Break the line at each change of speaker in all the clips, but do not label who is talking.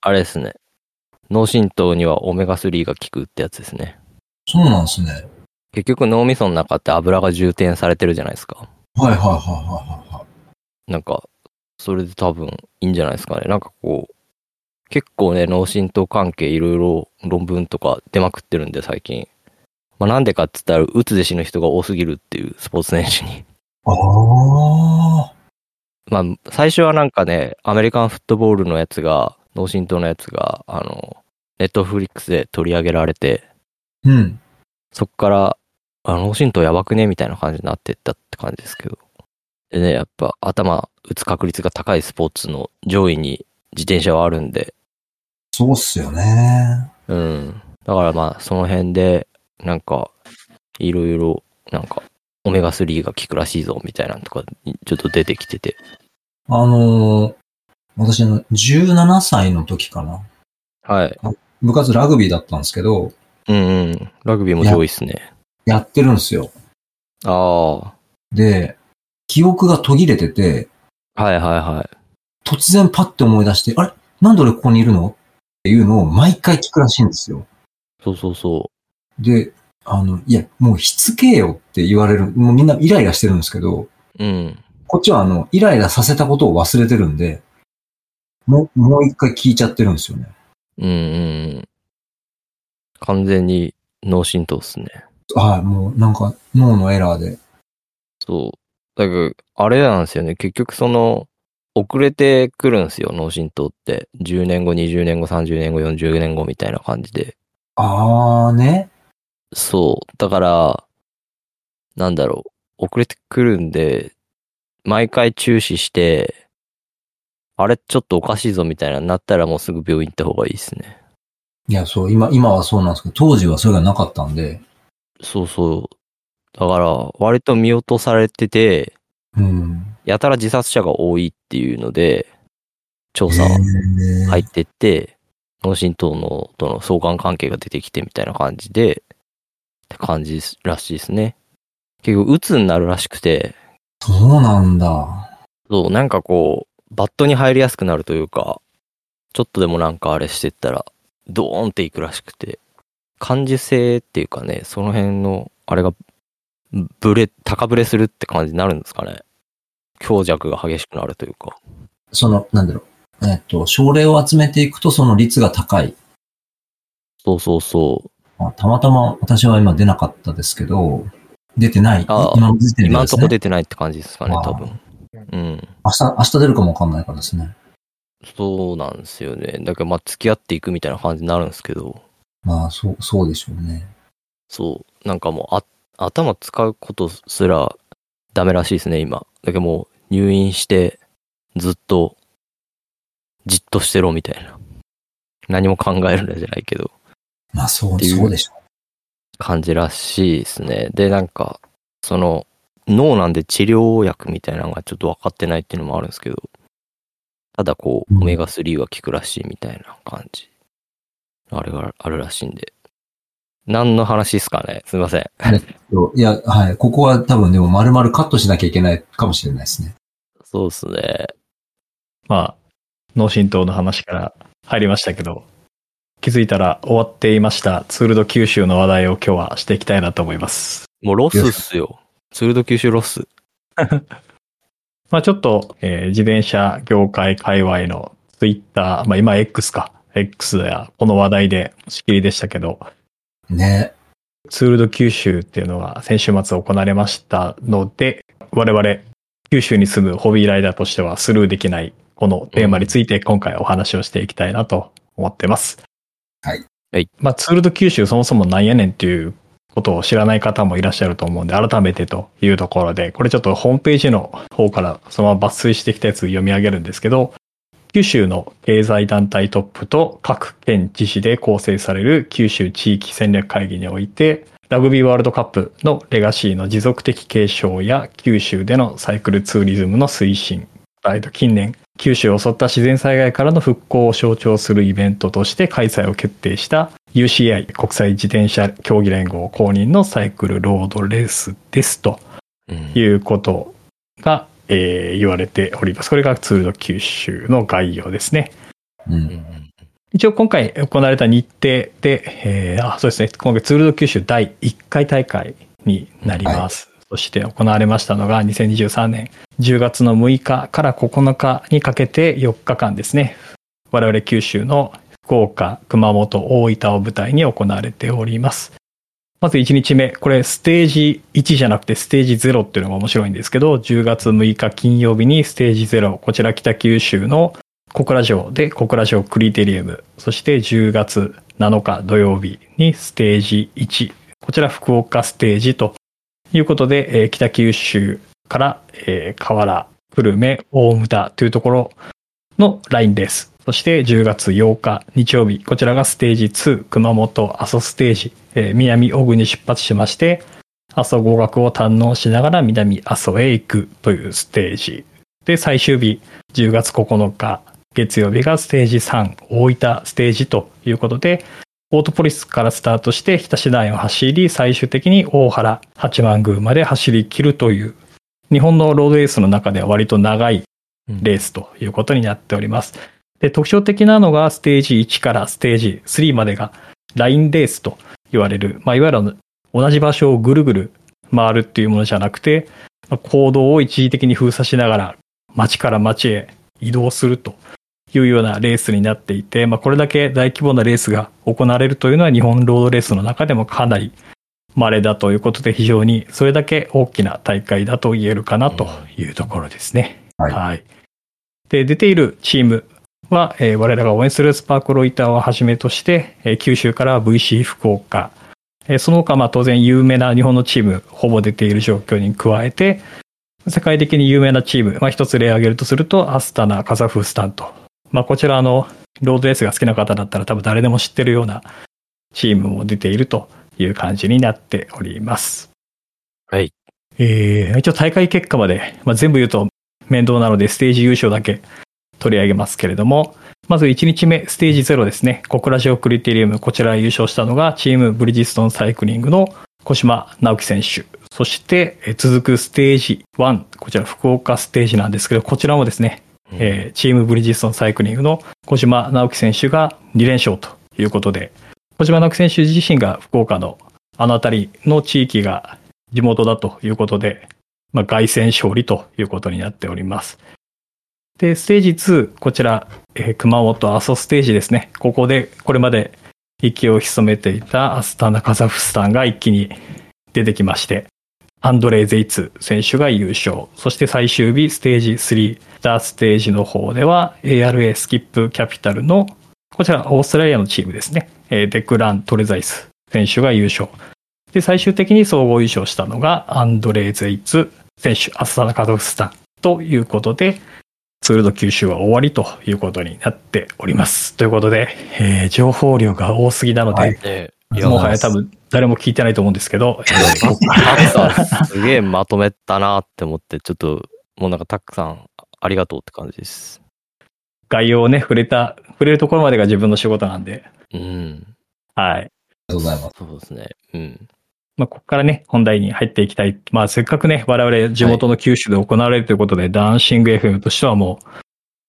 あれですね。脳震盪にはオメガ3が効くってやつですね。
そうなんですね。
結局脳みその中って油が充填されてるじゃないですか。
はいはいはいはいはいはい。
なんか、それで多分いいんじゃないですかね。なんかこう、結構ね、脳震盪関係いろいろ論文とか出まくってるんで最近。まあなんでかって言ったら、うつで死ぬ人が多すぎるっていうスポーツ選手に。
ああ。
まあ、最初はなんかね、アメリカンフットボールのやつが、脳震盪のやつが、あの、ネットフリックスで取り上げられて、
うん。
そっから、あ脳震盪やばくねみたいな感じになってったって感じですけど。でね、やっぱ頭打つ確率が高いスポーツの上位に自転車はあるんで、
そうっすよね。
うん。だからまあ、その辺で、なんか、いろいろ、なんか、オメガ3が効くらしいぞ、みたいなのとか、ちょっと出てきてて。
あのー私の17歳の時かな。
はい。
部活ラグビーだったんですけど、
うんうん。ラグビーも上位っすね。
やってるんですよ。
あ
で、記憶が途切れてて、
あ。はいはいはい。
突然パッて思い出して、あれなんで俺ここにいるのっていうのを毎回聞くらしいんですよ。
そうそうそ
で、あの、いや、もうしつけよって言われる。もうみんなイライラしてるんですけど、
う。うん。
こっちはあの、イライラさせたことを忘れてるんで、もう、もう一回聞いちゃってるんですよね。
うんうんうん。完全に脳震盪っすね。
はい、もうなんか脳のエラーで。
そう。だけど、あれなんですよね。結局その、遅れてくるんですよ、脳震盪って。10年後、20年後、30年後、40年後みたいな感じで。
あーね。
そう。だから、なんだろう。遅れてくるんで、毎回注視して、あれちょっとおかしいぞみたいなのになったらもうすぐ病院行った方がいいですね。
いや、そう、今、今はそうなんですけど、当時はそれがなかったんで、
そうそう。だから、割と見落とされてて、
うん。
やたら自殺者が多いっていうので、調査
へー
入ってって、脳震盪のとの相関関係が出てきてみたいな感じで、って感じらしいですね。結構、鬱になるらしくて、
そうなんだ。
そう、なんかこう、バットに入りやすくなるというか、ちょっとでもなんかあれしてったら、ドーンっていくらしくて、感受性っていうかね、その辺の、あれが、ブレ、高ぶれするって感じになるんですかね。強弱が激しくなるというか。
その、なんだろう。えっと、症例を集めていくとその率が高い。
そうそうそ
まあたまたま私は今出なかったですけど、出てない。
あー
今の時
う。
点で
今
で
ん
す
と
ね
こ。出てないって感じですかね、多分。うん。
明日、明日出るかもわかんないからですね。
そうなんですよね。だからまあ付き合っていくみたいな感じになるんですけど、
まあ、そう、そうでしょうね。
そう、なんかもうあ頭使うことすらダメらしいですね、今。だけどもう入院してずっとじっとしてろみたいな。何も考えるんじゃないけど、
まあ、そ
っ
う、
ていう
そうでしょ
感じらしいですね。で、なんか、その脳なんで治療薬みたいなのがちょっと分かってないっていうのもあるんですけど、ただこう、
うん
オメガ3は効くらしいみたいな感じ。あれがあるらしいんで。何の話ですかねすいません。
う。いや、はい。ここは多分でも丸々カットしなきゃいけないかもしれないですね。
そうですね。
まあ、脳震盪の話から入りましたけど、気づいたら終わっていましたツールド九州の話題を今日はしていきたいなと思います。
もうロスっすよ。ツールド九州ロス。
まあちょっと、えー自転車業界界隈のツイッター、まあ今 X か、X やこの話題で打ち切りでしたけど、
ね。
ツールド九州っていうのが先週末行われましたので、我々九州に住むホビーライダーとしてはスルーできないこのテーマについて今回お話をしていきたいなと思ってます。
はい。
はい。
まあツールド九州そもそもなんやねんっていうことを知らない方もいらっしゃると思うんで、改めてというところで、これちょっとホームページの方からそのまま抜粋してきたやつ読み上げるんですけど、九州の経済団体トップと各県自治で構成される九州地域戦略会議において、ラグビーワールドカップのレガシーの持続的継承や九州でのサイクルツーリズムの推進、あえっと近年、九州を襲った自然災害からの復興を象徴するイベントとして開催を決定した UCI 国際自転車競技連合公認のサイクルロードレースですと
うん
ということが、えー言われております。これがツールド九州の概要ですね。
うん。
一応今回行われた日程で、えーあそうですね、今回ツールド九州第1回大会になります。そして行われましたのが2023年10月の6日から9日にかけて4日間ですね、我々九州の福岡、熊本、大分を舞台に行われております。まず1日目、これステージ1じゃなくてステージ0っていうのが面白いんですけど、10月6日金曜日にステージ0、こちら北九州の小倉城で小倉城クリテリウム、そして10月7日土曜日にステージ1、こちら福岡ステージということで、えー北九州から、えー河原、久留米、大牟田というところのラインです。そして10月8日日曜日、こちらがステージ2、熊本阿蘇ステージ、えー南小国に出発しまして、阿蘇合格を堪能しながら南阿蘇へ行くというステージ。で、最終日、10月9日月曜日がステージ3、大分ステージということで、オートポリスからスタートして、日田市内を走り、最終的に大原、八幡宮まで走り切るという、日本のロードレースの中では割と長いレースということになっております。で、特徴的なのがステージ1からステージ3までがラインレースと言われる、まあ、いわゆるあの同じ場所をぐるぐる回るっていうものじゃなくて、まあ行動を一時的に封鎖しながら街から街へ移動するというようなレースになっていて、まあ、これだけ大規模なレースが行われるというのは日本ロードレースの中でもかなり稀だということで非常にそれだけ大きな大会だと言えるかなというところですね。
はい
で、出ているチームは、えー我らが応援するスパークロイターをはじめとして、えー九州から VC 福岡、えーその他、まあ当然有名な日本のチーム、ほぼ出ている状況に加えて、世界的に有名なチーム、まあ、一つ例を挙げるとすると、アスタナ、カザフスタンと。まあ、こちら、あの、ロードレースが好きな方だったら多分誰でも知ってるようなチームも出ているという感じになっております。
はい。
えー、一応大会結果まで、まあ、全部言うと面倒なので、ステージ優勝だけ取り上げますけれども、まず1日目、ステージ0ですね。小倉城クリテリウム、こちら優勝したのが、チームブリヂストンサイクリングの小島直樹選手。そして、えー続くステージ1、こちら福岡ステージなんですけど、こちらもですね、
うん
えーチームブリヂストンサイクリングの小島直樹選手が2連勝ということで、小島直樹選手自身が福岡のあの辺りの地域が地元だということで、まあ、凱旋勝利ということになっております。で、ステージ2、こちら、えー熊本阿蘇ステージですね。ここで、これまで息を潜めていたアスタナカザフスタンが一気に出てきまして、アンドレイ・ゼイツ選手が優勝。そして最終日、ステージ3、ダーステージの方では、ARA スキップキャピタルの、こちら、オーストラリアのチームですね。えーデクラン・トレザイス選手が優勝。で、最終的に総合優勝したのが、アンドレイ・ゼイツ選手、アスタナカザフスタンということで、ツールド九州は終わりということになっております。ということで、えー情報量が多すぎなので、
はい
ね
いや
もはや多分誰も聞いてないと思うんですけど、えーここ
タクさんすげえまとめたなって思って、ちょっと、もうなんかタックさん、ありがとうって感じです。
概要をね、触れた、触れるところまでが自分の仕事なんで、
うん。
はい。
とうございます。
そうですね。うん。
まあ、ここからね、本題に入っていきたい。まあ、せっかくね、我々地元の九州で行われるということで、ダンシング FM としてはもう、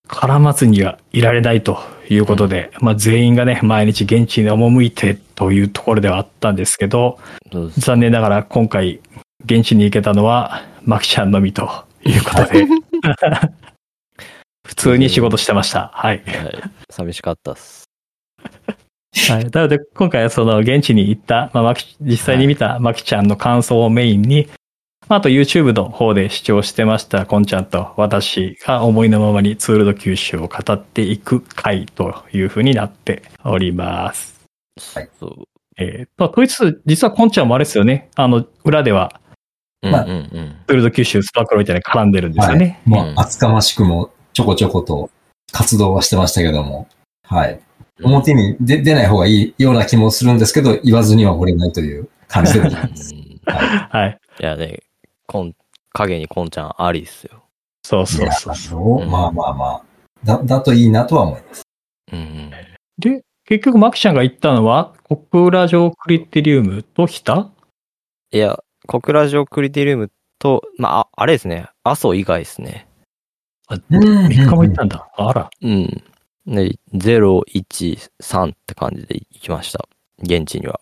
絡まずにはいられないということで、まあ、全員がね、毎日現地に赴いてというところではあったんですけど、
そうです。
残念ながら今回、現地に行けたのは、マキちゃんのみということで、 普通に仕事してました。はい。
はい。寂しかったっす。
はい。なので、今回はその現地に行った、まあ、マキ実際に見たマキちゃんの感想をメインに、まあ、あと YouTube の方で視聴してました、こんちゃんと私が思いのままにツールド九州を語っていく回というふうになっております。
はい
そう。
えー、と、こいつ、実はこんちゃんもあれですよね。あの、裏では、
うんうんうん。
ツールド九州スパークロイターに絡んでるんですよね。
まあ、
うん
厚かましくも、ちょこちょこと活動はしてましたけども、はい。表に出出ない方がいいような気もするんですけど、言わずには惚れないという感じでございま
う
す。
んい
はい。
やね、こん、影にこんちゃんありっすよ。
そうそ
いうや
そう。
そうまあまあまあ。だ、だといいなとは思います。
うんうん。
で、結局マキちゃんが行ったのは、小倉城クリテリウムと日田
いや、小倉城クリテリウムと、まあ、ああれですね。阿蘇以外ですね。
あ
うん
3日も行ったんだ。あら。
うん。で、0、1、3って感じで行きました。現地には。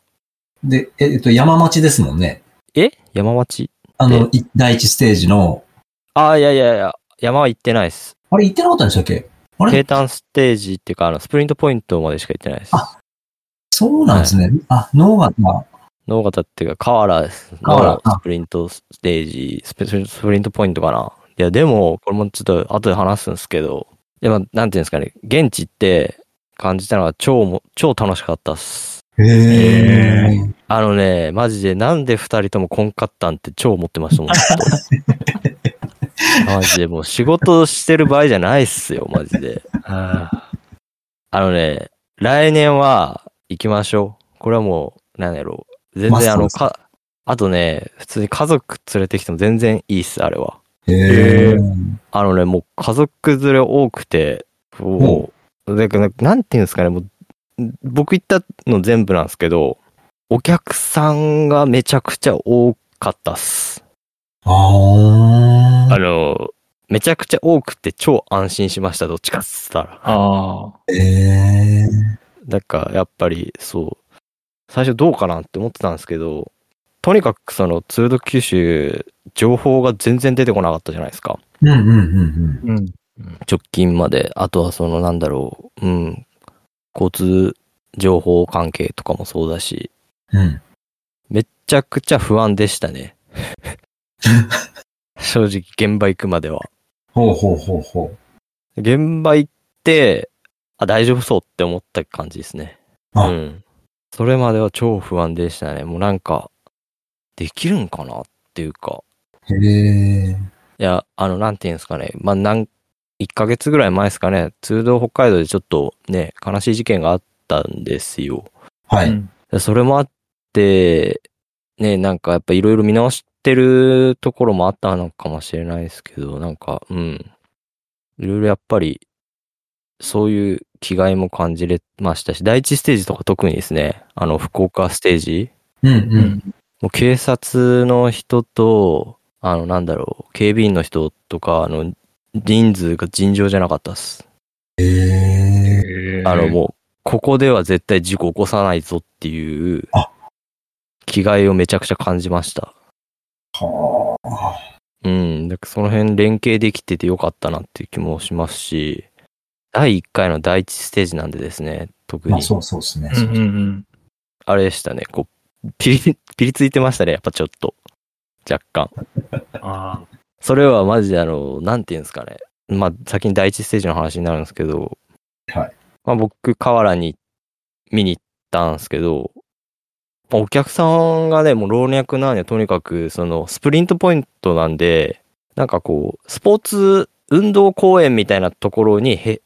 で、ええっと、山町ですもんね。
え山町
あの、い第一ステージの、
ああ、いやいやいや、山は行ってない です。
あれ行ってなかったんでしたっけあれ
平坦ステージっていうか、あの、スプリントポイントまでしか行ってないです。
あそうなんですね。あ、脳が、まあ
農方っていうか、河原です。
河原
のスプリントステージ、スプスプリントポイントかな。いや、でも、これもちょっと後で話すんですけど、いや、まあ、なんていうんですかね、現地って感じたのは超も、超楽しかったっす。
へー。
あのね、マジでなんで二人ともこんかったんって超思ってましたもん、ずっとマジでもう仕事してる場合じゃないっすよ、マジで。あーあのね、来年は行きましょう。これはもう、なんやろう。全
まあ
然あの、
そ
か、あとね、普通に家族連れてきても全然いいっす、あれは。
へー。
あのね、もう家族連れ多くて、こう、でななんていうんですかね、もう、僕行ったの全部なんですけど、お客さんがめちゃくちゃ多かったっす。あ
あ
の、めちゃくちゃ多くて超安心しました、どっちかっつったら。
ああ。
ー。へー。
なんか、やっぱり、そう、最初どうかなって思ってたんですけど、とにかくその、ツード九州、情報が全然出てこなかったじゃないですか。
うんうんうんうん。
うん。
直近まで、あとはそのなんだろう、うん、交通情報関係とかもそうだし、
うん。
めっちゃくちゃ不安でしたね。正直、現場行くまでは。
ほうほうほうほう。
現場行って、あ、大丈夫そうって思った感じですね。う
あ
ん。それまでは超不安でしたね。もうなんか、できるんかなっていうか、
へー。
いや、あの、なんていうんですかね。まあ、なん、1ヶ月ぐらい前ですかね。通道北海道でちょっとね、悲しい事件があったんですよ。
は
う
い。
ん
でそれもあって、ね、なんかやっぱいろいろ見直してるところもあったのかもしれないですけど、なんか、うん。いろいろやっぱり、そういう気概も感じれましたし、第一ステージとか特にですね、あの、福岡ステージ、
うんうん。
もう警察の人と、あの、なんだろう、警備員の人とか、あの、人数が尋常じゃなかったです。
へー。
あの、
う。
もう、ここでは絶対事故起こさないぞっていう
あ、
気概をめちゃくちゃ感じました。
は
うん。だからその辺連携できててよかったなっていう気もしますし、第1回の第1ステージなんでですね、特
あ。ま
に
あ。そうそうですね。
うんうんうん。
あれでしたね、こう、ピリ、ピリついてましたね、やっぱちょっと。若干。
あ
それはマジであの、なんていうんですかね。まあ、先に第一ステージの話になるんですけど、
はい。
まあ僕、河原に見に行ったんですけど、まあお客さんがね、もう老若男女とにかく、その、スプリントポイントなんで、なんかこう、スポーツ運動公園みたいなところにへ、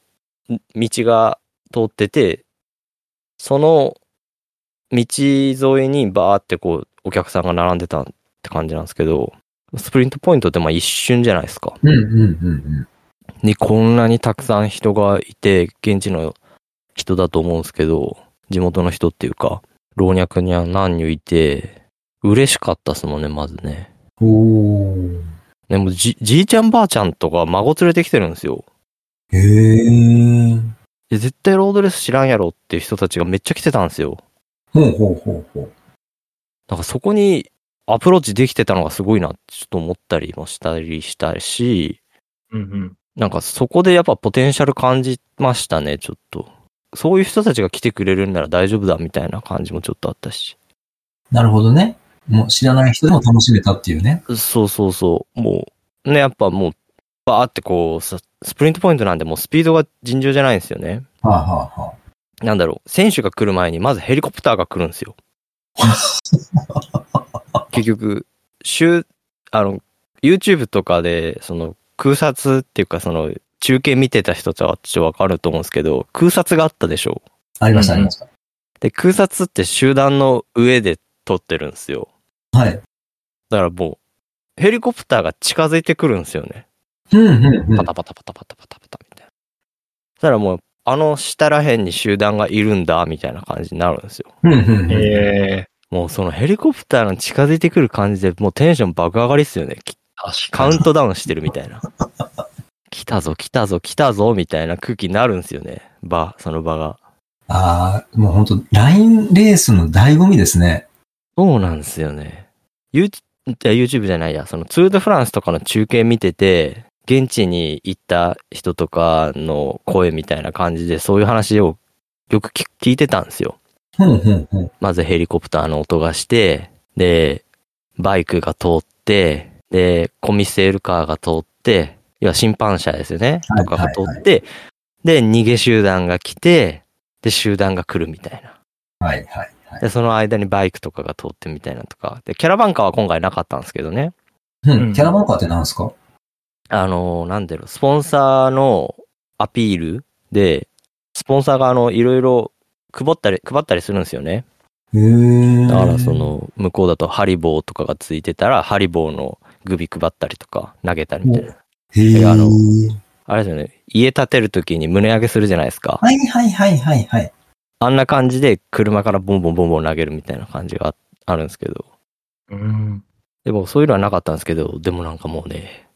道が通ってて、その道沿いにバーってこう、お客さんが並んでたって感じなんですけど、スプリントポイントってまあ一瞬じゃないですか。
うんうんうんうん。
にこんなにたくさん人がいて、現地の人だと思うんですけど、地元の人っていうか、老若には何人いて、嬉しかったっすもんね、まずね。
おー。
でもじ、じいちゃんばあちゃんとか孫連れてきてるんですよ。
へー。
いや絶対ロードレース知らんやろっていう人たちがめっちゃ来てたんですよ。
ほうほうほうほう。
なんかそこにアプローチできてたのがすごいなってちょっと思ったりもしたりしたし、
うんうん。
なんかそこでやっぱポテンシャル感じましたね、ちょっと。そういう人たちが来てくれるんなら大丈夫だみたいな感じもちょっとあったし。
なるほどね。もう知らない人でも楽しめたっていうね。
そうそうそう。もう、ね、やっぱもう、バーってこう、さスプリントポイントなんでもうスピードが尋常じゃないんですよね。
はあはあは
なんだろう、選手が来る前にまずヘリコプターが来るんですよ。結局、週、あの、YouTube とかで、その、空撮っていうか、その、中継見てた人たちはわかると思うんですけど、空撮があったでしょ
あ。ありましたありました。
で、空撮って集団の上で撮ってるんですよ。
はい。
だからもう、ヘリコプターが近づいてくるんですよね。
うんうんうん
パ。タパタパタパタパタパタみたいな。そしたらもう、あの下らへんに集団がいるんだ、みたいな感じになるんですよ。
うんうんうん。
ええ。
もうそのヘリコプターの近づいてくる感じで、もうテンション爆上がりっすよね。き
確
カ
か
ウ
に。
ン トダウンしてるみたいな。来たぞ、来たぞ、来たぞ、みたいな空気になるんですよね。場、その場が。
ああ、もう本当ラインレースの醍醐味ですね。
そうなんですよね。YouTube いや YouTube じゃないや、そのツールドフランスとかの中継見てて、現地に行った人とかの声みたいな感じで、そういう話をよく聞聞いてたんですよ。
ふんふんふん。
まずヘリコプターの音がして、で、バイクが通って、で、コミセールカーが通って、要は審判車ですよね。
は
と
い
かが通って、で、逃げ集団が来て、で、集団が来るみたいな。
はいはいはい。
で、その間にバイクとかが通ってみたいなとか。で、キャラバンカーは今回なかったんですけどね。
う
うん
ん、キャラバンカーって何ですか
あの、なんだろう、スポンサーのアピールで、スポンサーがあの、いろいろ配ったり、配ったりするんですよね。
へえ。
だからその、向こうだとハリボーとかがついてたら、ハリボーのグビ配ったりとか、投げたりみたいな。
へえ。
あの
は
あれですよね、家建てるときに胸上げするじゃないですか。
いはいはいはいはい。
あんな感じで車からボンボンボンボン投げるみたいな感じがあるんですけど。
うん。
でもそういうのはなかったんですけど、でもなんかもうね、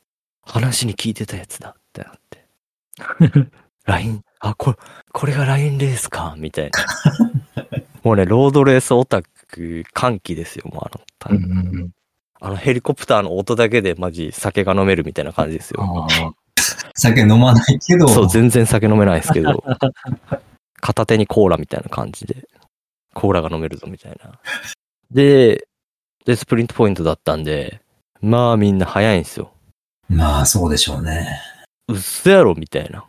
話に聞いてたやつだってな って。LINE、あ、これ、これが LINE レースか、みたいな。もうね、ロードレースオタク歓喜ですよ、もうあの、た
うんうんうん
あのヘリコプターの音だけでマジ酒が飲めるみたいな感じですよ。
ああ
酒飲まないけど、
そう、全然酒飲めないですけど、片手にコーラみたいな感じで、コーラが飲めるぞ、みたいな。で、で、スプリントポイントだったんで、まあみんな早いんですよ。
まあそうでしょうね。
うっせやろみたいな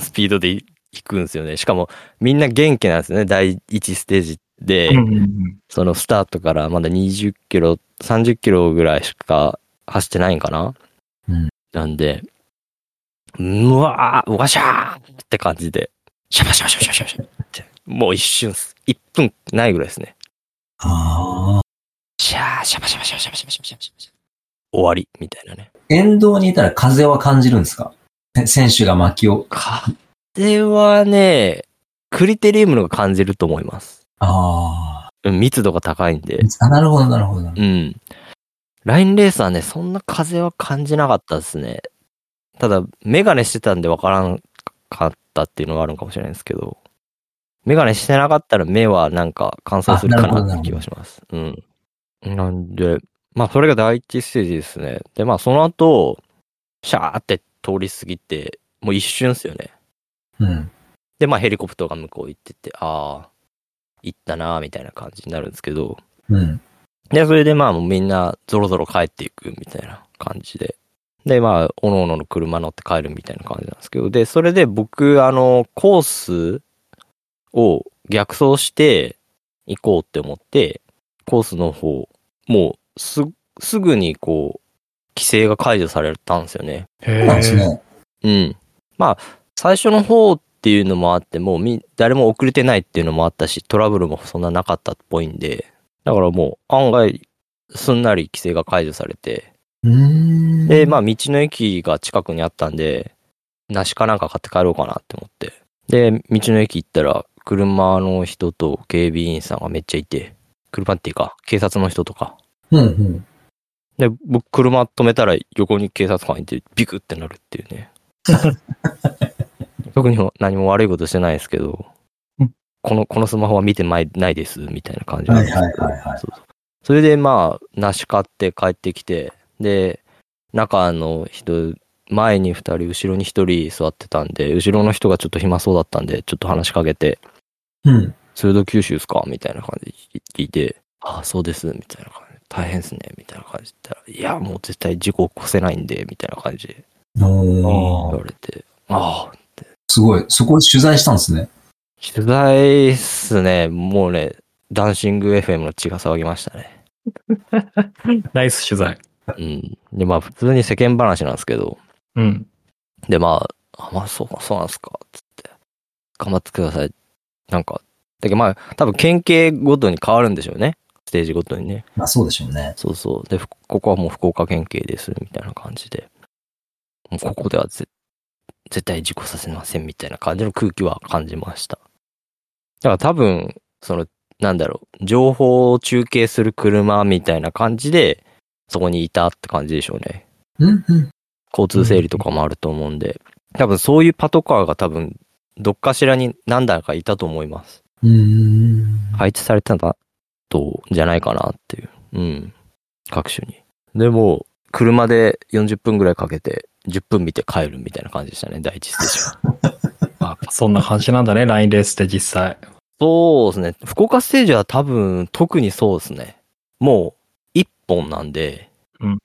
スピードでい行くんですよね。しかもみんな元気なんですよね。第1ステージで、
うんうんうん
そのスタートからまだ20キロ、30キロぐらいしか走ってないんかな、
うん
なんで、うわー、わしゃーって感じで、シャバシャバシャバシャバシャバって、もう一瞬っす、1分ないぐらいですね。
ああ。
シャー、シャバシャバシャバシャバシャバシャバシャバシャバシャ終わり、みたいなね。
沿道にいたら風は感じるんですかせ選手が薪を。
風はね、クリテリウムのが感じると思います。
あ
うん密度が高いんで。
あ。なるほどなるほど。
うん。ラインレースはね、そんな風は感じなかったですね。ただ、メガネしてたんでわからんかったっていうのがあるのかもしれないですけど、メガネしてなかったら目はなんか乾燥するか
あなるほど
なって気がします。うん。なんで、まあそれが第一ステージですね。で、まあその後、シャーって通り過ぎて、もう一瞬ですよね。
うん。
で、まあヘリコプターが向こう行ってて、ああ、行ったなーみたいな感じになるんですけど、
うん。
で、それでまあもうみんなゾロゾロ帰っていくみたいな感じで、で、まあ、おのおのの車乗って帰るみたいな感じなんですけど、で、それで僕、あの、コースを逆走して行こうって思って、コースの方、もうす、すぐにこう、規制が解除されたんですよね。
へ
そうなんです
え。
ね。
うん。まあ、最初の方っていうのもあって、もうみ、誰も遅れてないっていうのもあったし、トラブルもそんななかったっぽいんで、だからもう、案外、すんなり規制が解除されて、
うーん。
で、まあ、道の駅が近くにあったんで、梨かなんか買って帰ろうかなって思って。で、道の駅行ったら、車の人と警備員さんがめっちゃいて、車っていうか、警察の人とか。
うんうん。
で、僕、車止めたら横に警察官いて、ビクってなるっていう ね。特にも何も悪いことしてないですけど
うん、
この、このスマホは見てないないです、みたいな感じな
は
ん
い
ですけど
はいはいはい。
そうそうそれで、まあ、梨買って帰ってきて、で、中の人、前に2人、後ろに1人座ってたんで、後ろの人がちょっと暇そうだったんで、ちょっと話しかけて、
うん。
ツールド九州ですかみたいな感じで聞いて、ああ、そうです、みたいな感じ。大変ですね、みたいな感じで言ったら、いや、もう絶対事故起こせないんで、みたいな感じで言
おー
われて、ああ、
すごい。そこ取材したんですね。
取材っすね、もうね、ダンシング FM の血が騒ぎましたね。
ナイス取材。
うん。で、まあ、普通に世間話なんですけど、
うん。
で、まあ、あまあ、そう、そうなんすか、つって。頑張ってください。なんか、だけどまあ、多分県警ごとに変わるんでしょうね。ステージごとにね。
まあそうでしょうね。
そうそう。で、ふここはもう福岡県警です、みたいな感じで。もうここではぜ絶対事故させません、みたいな感じの空気は感じました。だから多分、その、なんだろう、情報を中継する車みたいな感じで、そこにいたって感じでしょうね。
うんうん。
交通整理とかもあると思うんで。多分そういうパトカーが多分どっかしらに何だかいたと思います。
うん。
配置されてたんだと、じゃないかなっていう。うん。各種に。でも、車で40分ぐらいかけて、10分見て帰るみたいな感じでしたね、第一ステージは。
まあ、そんな感じなんだね、ラインレースって実際。
そうですね。福岡ステージは多分特にそうですね。もう一本なんで、
うん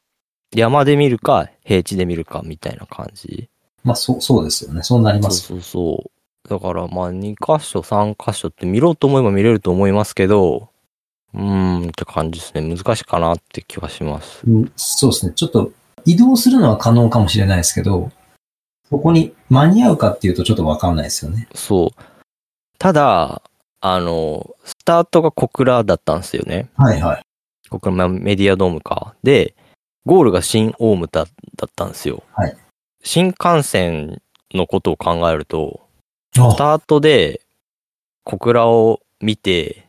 山で見るか平地で見るかみたいな感じ。
まあ、そう、そうですよね。そうなり
そ
ま
う
す。
そうそう。だからまあ2箇所3箇所って見ろうと思えば見れると思いますけど、うーんって感じですね。難しいかなって気はします。
うん、そうですね。ちょっと移動するのは可能かもしれないですけど、そこに間に合うかっていうとちょっとわかんないですよね。
そう。ただ、あの、スタートが小倉だったんですよね。
はいはい。
ここまあメディアドームか。で、ゴールが新大牟田だったんですよ。
はい
新幹線のことを考えると、ス
あ
タートで小倉を見て、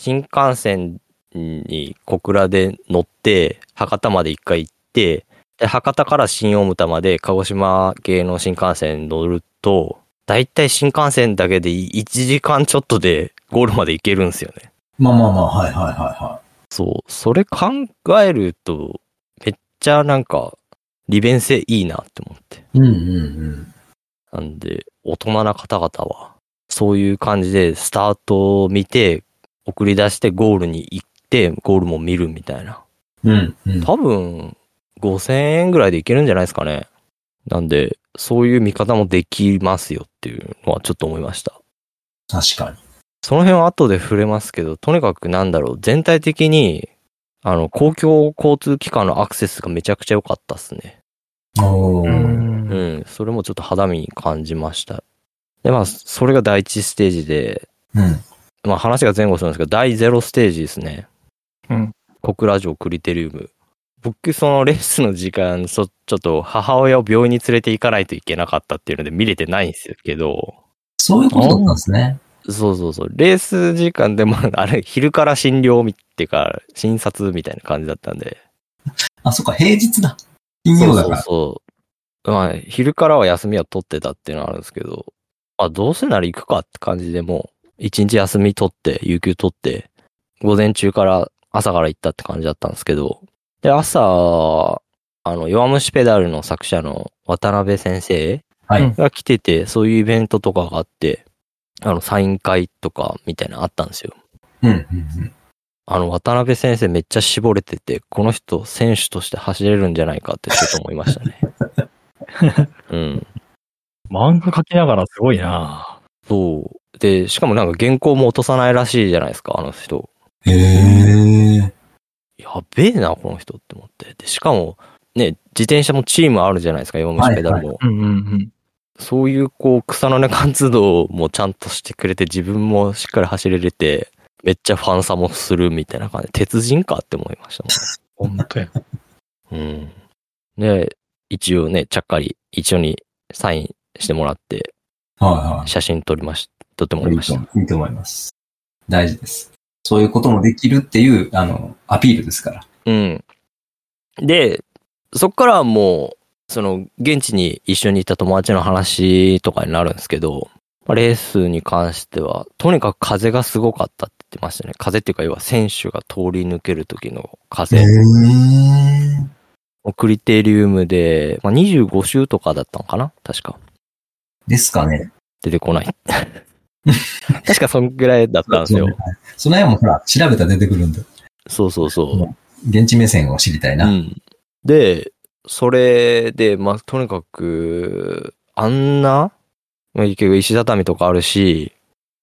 新幹線に小倉で乗って、博多まで一回行って、で博多から新大牟田まで鹿児島系の新幹線に乗ると、だいたい新幹線だけで1時間ちょっとでゴールまで行けるんですよね。
まあまあまあ、はいはいはいは
そう、それ考えると、めっちゃなんか、利便性いいなって思って。
い。うんうん
なんで、大人な方々は、そういう感じで、スタートを見て、送り出してゴールに行って、ゴールも見るみたいな。
うん。うんうん。
多分、5000円ぐらいで行けるんじゃないですかね。なんで、そういう見方もできますよっていうのはちょっと思いました。
確かに。
その辺は後で触れますけど、とにかくなんだろう、全体的に、あの、公共交通機関のアクセスがめちゃくちゃ良かったっすね。
おー
う。ん、それもちょっと肌身に感じました。で、まあ、それが第一ステージで、
うん。
まあ話が前後するんですけど、第ゼロステージですね。
うん。
小倉城クリテリウム。僕、そのレースの時間、そ、ちょっと母親を病院に連れて行かないといけなかったっていうので見れてないんですけど、
そういうことだったんですね。
そうそうそう。レース時間でも、あれ、昼から診療みっていうか、診察みたいな感じだったんで。
あ、そっか、平日だ。金曜だから。
そうそうそう。まあ、昼からは休みは取ってたっていうのはあるんですけど、まあ、どうせなら行くかって感じでもう、一日休み取って、有給取って、午前中から、朝から行ったって感じだったんですけど、で、朝、あの、弱虫ペダルの作者の渡辺先生
はい
が来てて、そういうイベントとかがあって、あの、サイン会とかみたいなのあったんですよ。
うんうん
あの、渡辺先生めっちゃ絞れてて、この人選手として走れるんじゃないかってちょっと思いました ね。うん。
漫画描きながらすごいな
そう。で、しかもなんか原稿も落とさないらしいじゃないですか、あの人。
うん。へえ。
やべえな、この人って思って。で、しかも、ね、自転車もチームあるじゃないですか、4虫ペダルも。
うんうんうん。
そういうこう、草の根活動もちゃんとしてくれて、自分もしっかり走れれて、めっちゃファンサもするみたいな感じ。鉄人かって思いましたもんね。
本
う
当や。
ん。で、一応ね、ちゃっかり一緒にサインしてもらって、
は
写真撮りました。撮って
い
も
は
らい
い。いい
まし
と
た。
いいと思います。大事です。そういうこともできるっていう、あの、アピールですから。
うん。で、そっからはもう、その、現地に一緒にいた友達の話とかになるんですけど、まあレースに関しては、とにかく風がすごかったって言ってましたね。風っていうか、要は選手が通り抜ける時の風。
え。
クリテリウムで、まあ、25周とかだったのかな確か。
ですかね。
出てこない。 確かそんぐらいだったんですよ
そう。ねはいその辺もほら、調べたら出てくるんで、
そうそうそ。
現地目線を知りたいう
う
な。
ん、で、それで、まあ、とにかく、あんな、まあ、結局石畳とかあるし、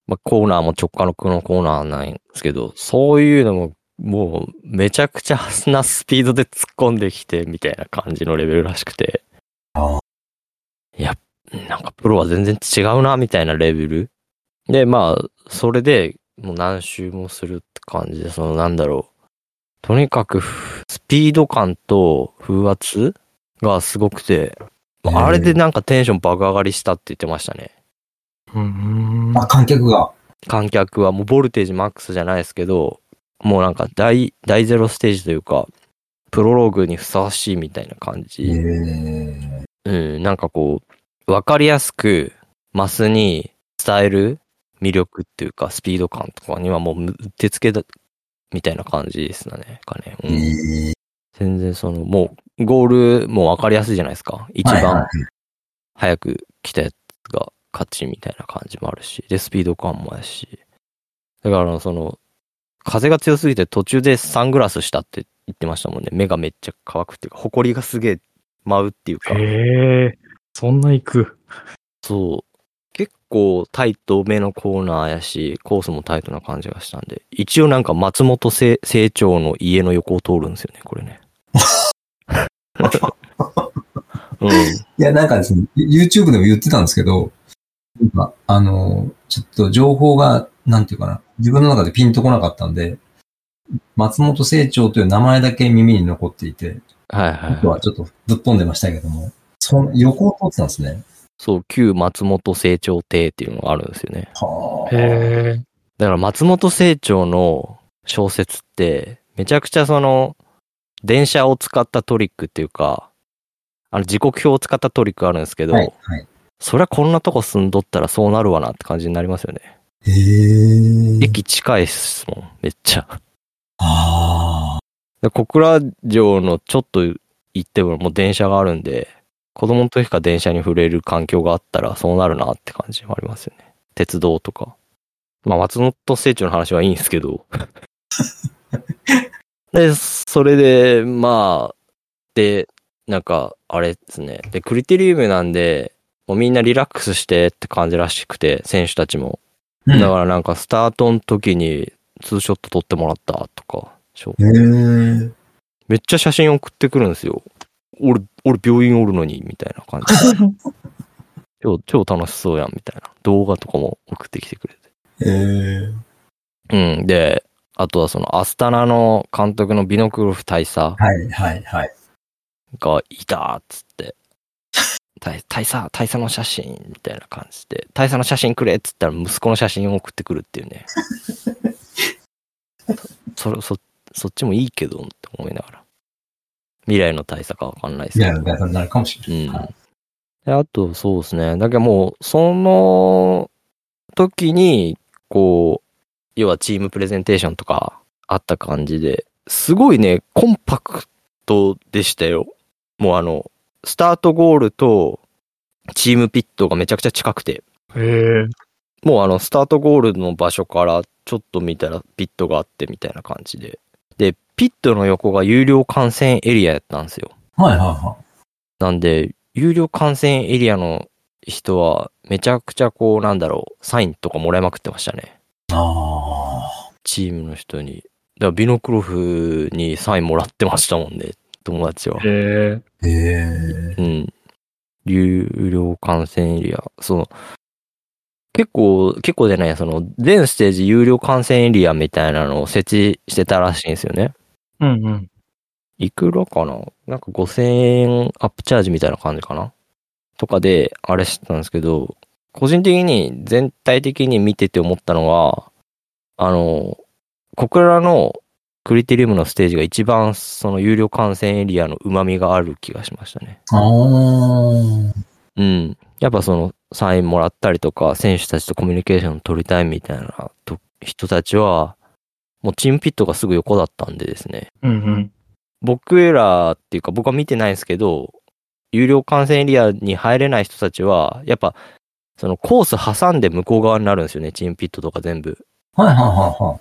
まあ、コーナーも直下の区のコーナーなんですけど、そういうのも、もう、めちゃくちゃ なスピードで突っ込んできて、みたいな感じのレベルらしくて。
あ
いや、なんかプロは全然違うな、みたいなレベル。で、まあ、それで、もう何周もするって感じで、その、なんだろう。とにかくふ、スピード感と風圧がすごくて、あれでなんかテンション爆上がりしたって言ってましたね。
うん
あ、観客が。
観客はもうボルテージマックスじゃないですけど、もうなんか第、第ゼロステージというか、プロローグにふさわしいみたいな感じ。
ええ。
うん、なんかこう、わかりやすく、マスに伝える魅力っていうか、スピード感とかにはもう、うってつけだ、みたいな感じですね。かね。うん
えー
全然その、もう、ゴール、もう分かりやすいじゃないですか。一
はい
番
は
早く来たやつが勝ちみたいな感じもあるし、で、スピード感もやし。だから、その、風が強すぎて途中でサングラスしたって言ってましたもんね。目がめっちゃ乾くっていうか、埃がすげえ舞うっていうか。
へえ、そんな行く。
そう。結構タイトめのコーナーやし、コースもタイトな感じがしたんで。一応なんか松本清清張の家の横を通るんですよね、これ ね。うん。
いや、なんかですね、YouTube でも言ってたんですけど、なんかあの、ちょっと情報が、なんていうかな、自分の中でピンとこなかったんで、松本清張という名前だけ耳に残っていて、
はいはい
僕
はい。
はちょっとぶっ飛んでましたけども、その横を通ってたんですね。
そう、旧松本清張亭っていうのがあるんですよね。
は
へえ。
だから松本清張の小説って、めちゃくちゃその、電車を使ったトリックっていうか、あの時刻表を使ったトリックあるんですけど、
はい、はい。
そりゃこんなとこ住んどったらそうなるわなって感じになりますよね。
へえ。
駅近いっすもん、めっちゃ。
ああ。
で小倉城のちょっと行ってももう電車があるんで、子供の時から電車に触れる環境があったらそうなるなって感じもありますよね。鉄道とか。まあ、松本清張の話はいいんですけど。で、それで、まあ、で、なんか、あれですね。で、クリテリウムなんで、もうみんなリラックスしてって感じらしくて、選手たちも。
うん
だからなんかスタートの時にツーショット撮ってもらったとか、そう
へえ。
めっちゃ写真送ってくるんですよ。俺、俺病院おるのに、みたいな感じ。 超、超楽しそうやん、みたいな。動画とかも送ってきてくれて。
へえ。
うん。で、あとはそのアスタナの監督のビノクロフ大佐
はい、はい、はい。
がいたっつって、大大佐、大佐の写真みたいな感じで、大佐の写真くれっつったら息子の写真を送ってくるっていうね。そそれそそっちもいいけどって思いながら。未来の大佐かわかんないです
み
け
た
ど。
いな大佐になるかもしれない。
うん
はい
であと、そうですね。だけどもう、その時に、こう、要はチームプレゼンテーションとかあった感じで、すごいね、コンパクトでしたよ。もうあの、スタートゴールとチームピットがめちゃくちゃ近くて、
へえ。
もうあの、スタートゴールの場所からちょっと見たらピットがあってみたいな感じで。で、ピットの横が有料観戦エリアやったんですよ。
はい、は
なんで、有料観戦エリアの人は、めちゃくちゃこう、なんだろう、サインとかもらいまくってましたね。
い。あ
チームの人に。だから、ビノクロフにサインもらってましたもんね、友達 は。
へえ。
あ。へえ。
うん。有料観戦エリア。その、結構、結構じゃないや、その、全ステージ有料観戦エリアみたいなのを設置してたらしいんですよね。
うんうん。
いくらかななんか5000円アップチャージみたいな感じかなとかで、あれしてたんですけど、個人的に全体的に見てて思ったのは、あの、小倉のクリテリウムのステージが一番その有料観戦エリアの旨味がある気がしましたね。
ああ。
うん。やっぱそのサインもらったりとか、選手たちとコミュニケーション取りたいみたいなと人たちは、もうチームピットがすぐ横だったんでですね。
うんうん。
僕らっていうか僕は見てないんですけど、有料観戦エリアに入れない人たちは、やっぱ、そのコース挟んで向こう側になるんですよね、チームピットとか全部。
はいはいはいはい。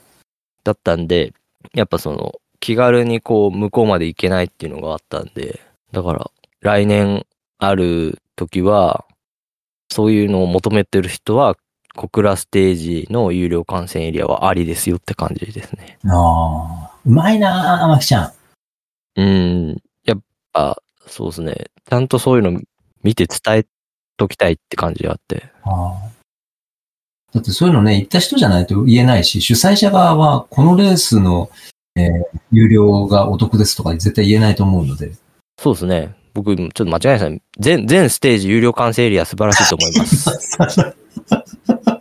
だったんで、やっぱその、気軽にこう、向こうまで行けないっていうのがあったんで、だから、来年ある時は、そういうのを求めてる人は、小倉ステージの有料観戦エリアはありですよって感じですね。
ああ。うまいなあ、マキちゃん。
うん。やっぱ、そうですね。ちゃんとそういうの見て伝えときたいって感じがあって。
あだってそういうのね、行った人じゃないと言えないし、主催者側はこのレースの、えー有料がお得ですとか絶対言えないと思うので。
そうですね。僕、ちょっと間違えましたね。全、全ステージ有料完成エリア素晴らしいと思います。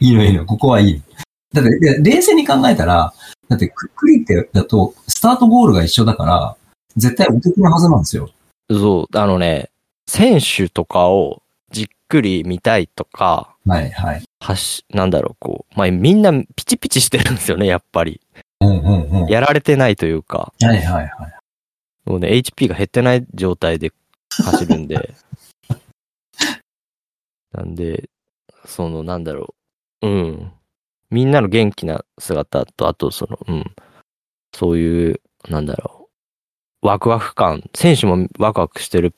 いいのいいの、ここはいい。だって、いや冷静に考えたら、だってククリってだと、スタートゴールが一緒だから、絶対お得なはずなんですよ。
そう、あのね、選手とかを実くり見たいとか、
はいはい。
はし、なんだろう、こう、まあ、みんなピチピチしてるんですよね、やっぱり。
うんうんうん。はい
やられてないというか、
はいはい。
もうね、HP が減ってない状態で走るんで。なんで、その、なんだろう。うん。みんなの元気な姿と、あと、その、うん。そういう、なんだろう。ワクワク感。選手もワクワクしてる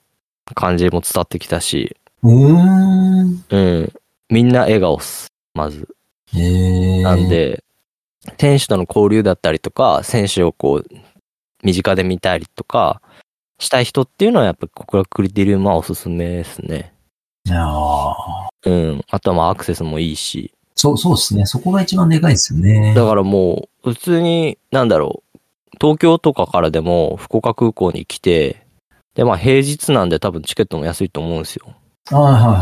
感じも伝わってきたし、
うーん。
うん。みんな笑顔っす。まず。
えー。
なん。で、選手との交流だったりとか、選手をこう、身近で見たりとか、したい人っていうのはやっぱり国楽クリテリウムはおすすめですね。
ああ。
うん。あとはまあアクセスもいいし。
そう、そうですね。そこが一番でかいですよね。
だからもう、普通に、なんだろう、東京とかからでも福岡空港に来て、でまあ平日なんで多分チケットも安いと思うんですよ。
はいはいはいはい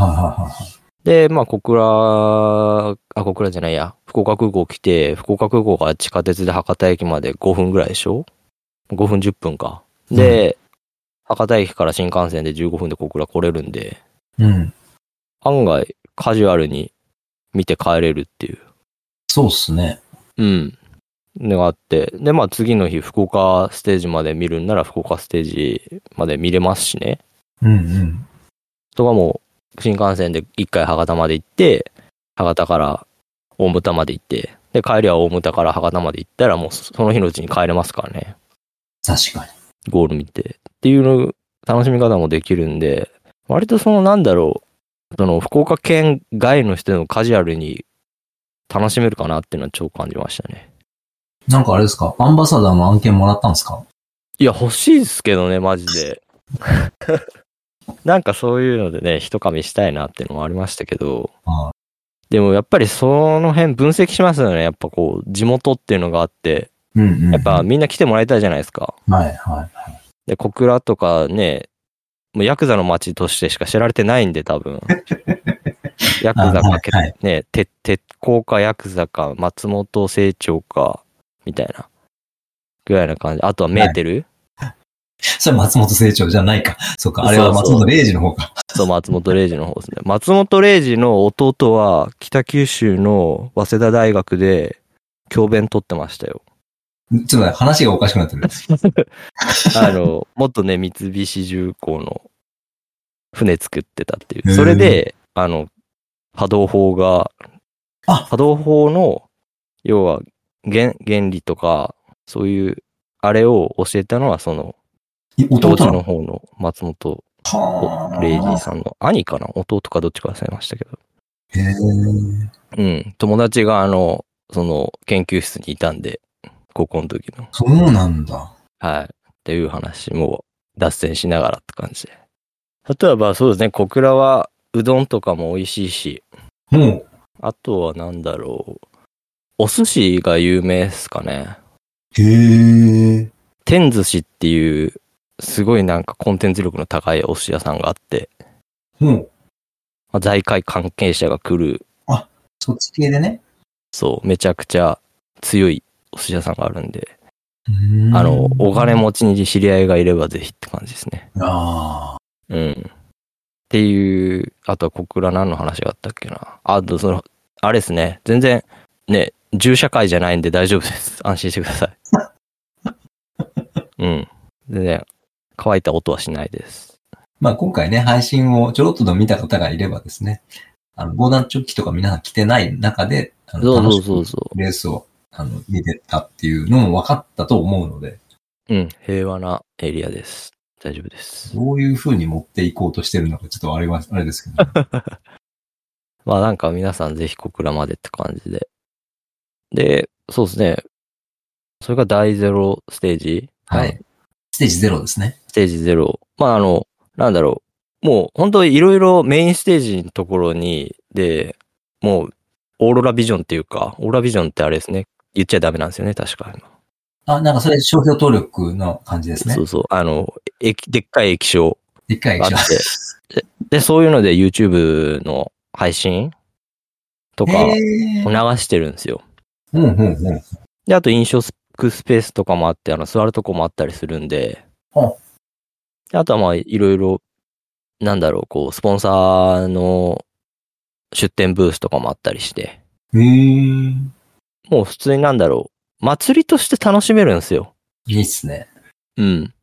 はい。
で、まあ、小倉、あ、小倉じゃないや、福岡空港来て、福岡空港から地下鉄で博多駅まで5分ぐらいでしょ ?5 分10分か。で、博多駅から新幹線で15分で小倉来れるんで、
うん。
案外カジュアルに見て帰れるっていう。
そうっすね。
うん。のがあって。で、まあ次の日、福岡ステージまで見るんなら福岡ステージまで見れますしね。
うんうん。
とかもう新幹線で一回博多まで行って、博多から大牟田まで行って、で、帰りは大牟田から博多まで行ったら、もうその日のうちに帰れますからね。
確か
ゴール見て。っていうの、楽しみ方もできるんで、割とそのなんだろう、その福岡県外の人でもカジュアルに楽しめるかなっていうのは超感じましたね。
に。なんかあれですかアンバサダーの案件もらったんですか
いや、欲しいですけどね、マジで。なんかそういうのでね、一噛みしたいなっていうのもありましたけど、
あ
でもやっぱりその辺分析しますよね。やっぱこう、地元っていうのがあって、
うんうん。
やっぱ、みんな来てもらいたいじゃないですか。
はいはい。
で、小倉とかね、もうヤクザの街としてしか知られてないんで、多 分。ヤクザ
あは
かけ、
いはい
ね、鉄、鉄鋼かヤクザか、松本清張か、みたいな。ぐらいな感じ。あとはメーテル、
それ松本清張じゃないか。そうか。あれは松
そうそ
本
う
零士の方か。
そう、松本零士の方ですね。松本零士の弟は、北九州の早稲田大学で、教鞭取ってましたよ。
ちょっと待って話がおかしくなってる。
あの、元ね、三菱重工の船作ってたっていう。
へー
それで、あの、波動法が、
あ
波動法の、要は原、原理とか、そういう、あれを教えたのは、その、
い
当
弟
時
な
の
の
方の松本
はあ
レイジーさんの兄かな弟かどっちか忘れましたけど。
へー
うん。友達が、あの、その、研究室にいたんで、高校の時の。
そうなんだ。
はい。っていう話も脱線しながらって感じで。あとはまあそうですね、小倉はうどんとかも美味しいし、
もう、
あとはなんだろう。お寿司が有名ですかね。
へえ。
天寿司っていう、すごいなんかコンテンツ力の高いお寿司屋さんがあって、
もう、
まあ、財界関係者が来る、
そっち系でね。
そう、めちゃくちゃ強いお寿司屋さんがあるんで、
うーん
あの、お金。持ちに知り合いがいればぜひって感じですね。
ああ。
うん。っていう、あとは小倉何の話があったっけな。あと、その、あれですね。全然、ね、銃社会じゃないんで大丈夫です。 安心してくだ さい。うん。全然、乾いた音はしないです。
まあ今回ね、配信をちょろっとでも見た方がいればですね、あの、防弾チョッキとか皆さん着てない中で、あの
そう
楽
そ
し
うそう
く
そ
レースを、あの、見てたっていうのも分かったと思うので、
う。うん。平和なエリアです。大丈夫です。
どういう風に持っていこうとしてるのかちょっとあれは、あれですけど、ね、
まあなんか皆さんぜひ小倉までって感じで。で、そうですね。それが第ゼロステージ
はい。ステージゼロですね。
ステージ0。まあ、あの、なんだろう。もう、本当いろいろメインステージのところに、で、もう、オーロラビジョンっていうか、オーロラビジョンってあれですね。言っちゃダメなんですよね、確か。
あ、なんかそれ商標登録の感じですね
そう。そう。あの、液でっかい液晶
一回
があ
一緒。
って。でで、そういうので YouTube の配信とかを
へ
流
ー
してるんですよ。
うんうんうん。
で、あと飲食スペースとかもあって、あの、座るとこもあったりするんで
ほう。
であとはまあ、いろいろなんだろう、こう、スポンサーの出店ブースとかもあったりして、
へえ。
もう普通になんだろう、祭りとして楽しめるんですよ。
いいっすね。
うん。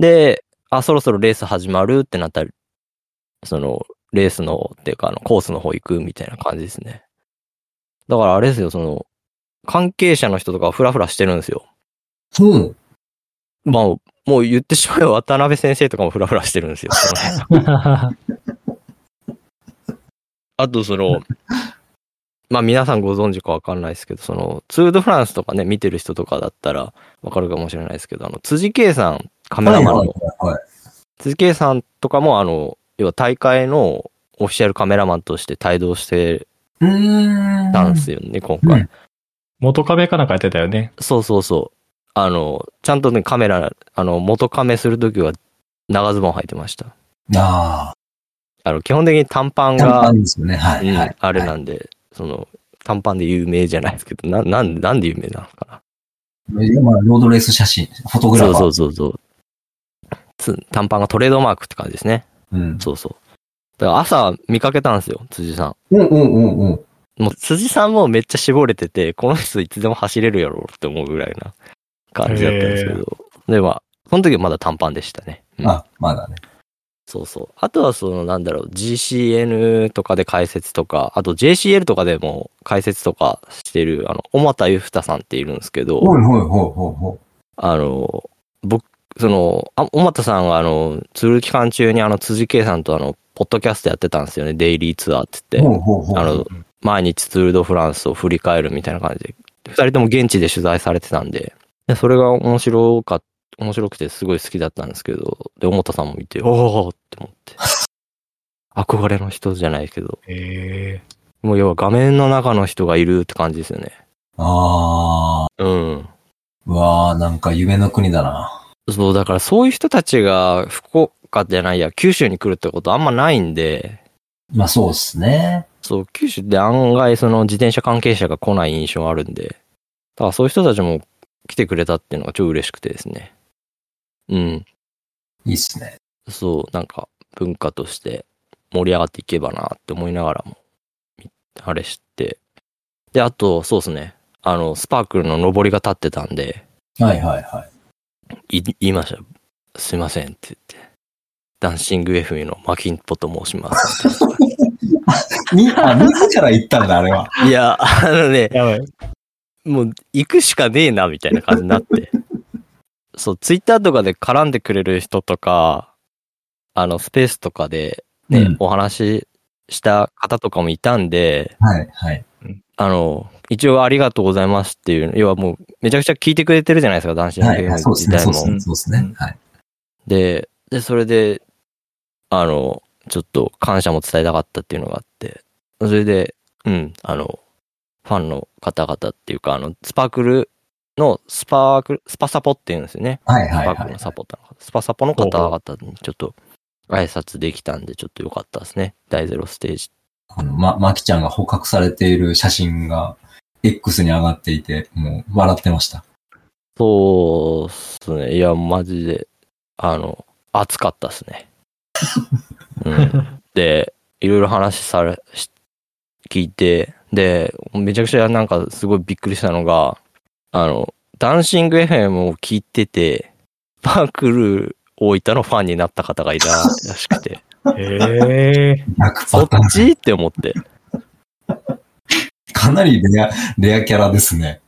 で、あ、そろそろレース始まるってなったら、その、レースの方っていうか、あの、コースの方行くみたいな感じですね。だからあれですよ、その、関係者の人とかはフラフラしてるんですよ。
ほう。
まあ、もう言ってしまえば渡辺先生とかもフラフラしてるんですよ。その辺 あとその、 まあ皆さんご存知かわかんないですけど、そのツール・ド・フランスとかね、見てる人とかだったらわかるかもしれないですけど、あの、辻圭さん、カメラマンの、
はいはい。
辻圭さんとかも、あの、要は大会のオフィシャルカメラマンとして帯同して
うーん。
たんですよね、今回。
うん
元壁かなんかやってたよね。
そうそうそう。あの、ちゃんとね、カメラ、あの、元カメするときは長ズボン履いてました。
あ
あの、基本的に短パンが
あ。短パンですよね。は
う
い。
ん
はい。
あれなんで、その、短パンで有名じゃないですけど、な、なんで、なんで有名なのかな。
まあ、ロードレース写真、フォトグラファー。
そうそうそうそう。つ短パンがトレードマークって感じですね。
うん。
そうそう。だから朝見かけたんですよ、辻さ
うんうんうんうん。
ん。もう辻さんもめっちゃ絞れてて、この人いつでも走れるやろって思うぐらいな感じだったんですけど。で、まあ、その時はまだ短パンでしたね。うん
あ、まだね。
そうそう。あとはそのなんだろう、GCN とかで解説とか、あと JCL とかでも解説とかしてる、あの、小又ゆふたさんっているんですけど、
ほいほいほいほいほ
あの、僕、その、あ小又さんがあの、ツール期間中にあの、辻圭さんとあの、ポッドキャストやってたんですよね、デイリーツアーって
い。
言って、
ほうほうほう。
あの、毎日ツールドフランスを振り返るみたいな感じで、二人とも現地で取材されてたんで、でそれが面白かっ面白くてすごい好きだったんですけど、で、思田さんも見て、おおって思って。憧れの人じゃないけど、
へえ。
もう要は画面の中の人がいるって感じですよね。
あ
うん。
ー、うわー、なんか夢の国だな。
そう、だからそういう人たちが福岡じゃないや、九州に来るってことあんまないんで、
まあそうっすね。
そう、九州って案外その自転車関係者が来ない印象あるんで、だからそういう人たちも来てくれたっていうのが超嬉しくてですね。うん。
いいっすね。
そう、なんか文化として盛り上がっていけばなって思いながらも、みあれして。で、あと、そうですね。あの、スパークルの上りが立ってたんで、
はいはいはい。
い言いましたよ。すいませんって言って。ダンシング FM のマキンポと申します。
み、 あ、自ら行ったんだ、あれは。
いや、あのね、
やばい。
もう行くしかねえなみたいな感じにな って。そう、ツイッターとかで絡んでくれる人とか、あの、スペースとかでね、
うん
お話しした方とかもいたんで、
はいはい。
あの、一応ありがとうございますっていう、要はもうめちゃくちゃ聞いてくれてるじゃないですか、男子の
はい
ゲ
は
ー
い。そ
ム
うっす
自
ね。
体
そう
も
っ。すね。そうっすね。はい。
で、で、それで、あの、ちょっと感謝も伝えたかったっていうのがあって、それで、うん、あの、ファンの方々っていうか、あの、スパークルの、スパークル、スパサポっていうんですよね。
はい
ス
はい
パーク
は
ル
い
の。サポーターの方、スパサポの方々にちょっと挨拶できたんで、ちょっと良かったですね。第ゼロステージ。
あの、ま、まきちゃんが捕獲されている写真が X に上がっていて、もう笑ってました。
そうっすね。いや、マジで、あの、熱かったっすね。うん。で、いろいろ話され、し聞いて、で、めちゃくちゃなんかすごいびっくりしたのが、あの、ダンシング FM を聞いてて、パークル大分のファンになった方がいたらしくて、
へえ。
逆
そ
パ
っ
ターン。
ちって思って。
かなりレア、レアキャラですね。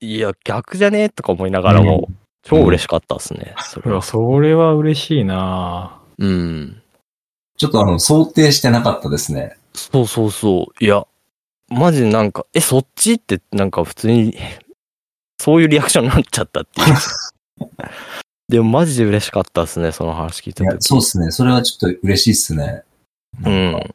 いや、逆じゃねとか思いながらも、超嬉しかったですね。そ
い
れ
や
は
それは嬉しいな
うん。
ちょっとあの、想定してなかったですね。
そうそうそう。いや、マジでなんか、え、そっちってなんか普通に、そういうリアクションになっちゃったっていう。 でもマジで嬉しかったですね、その話聞い
い
た
や
時
そうっすね。それはちょっと嬉しいっすね。
うん。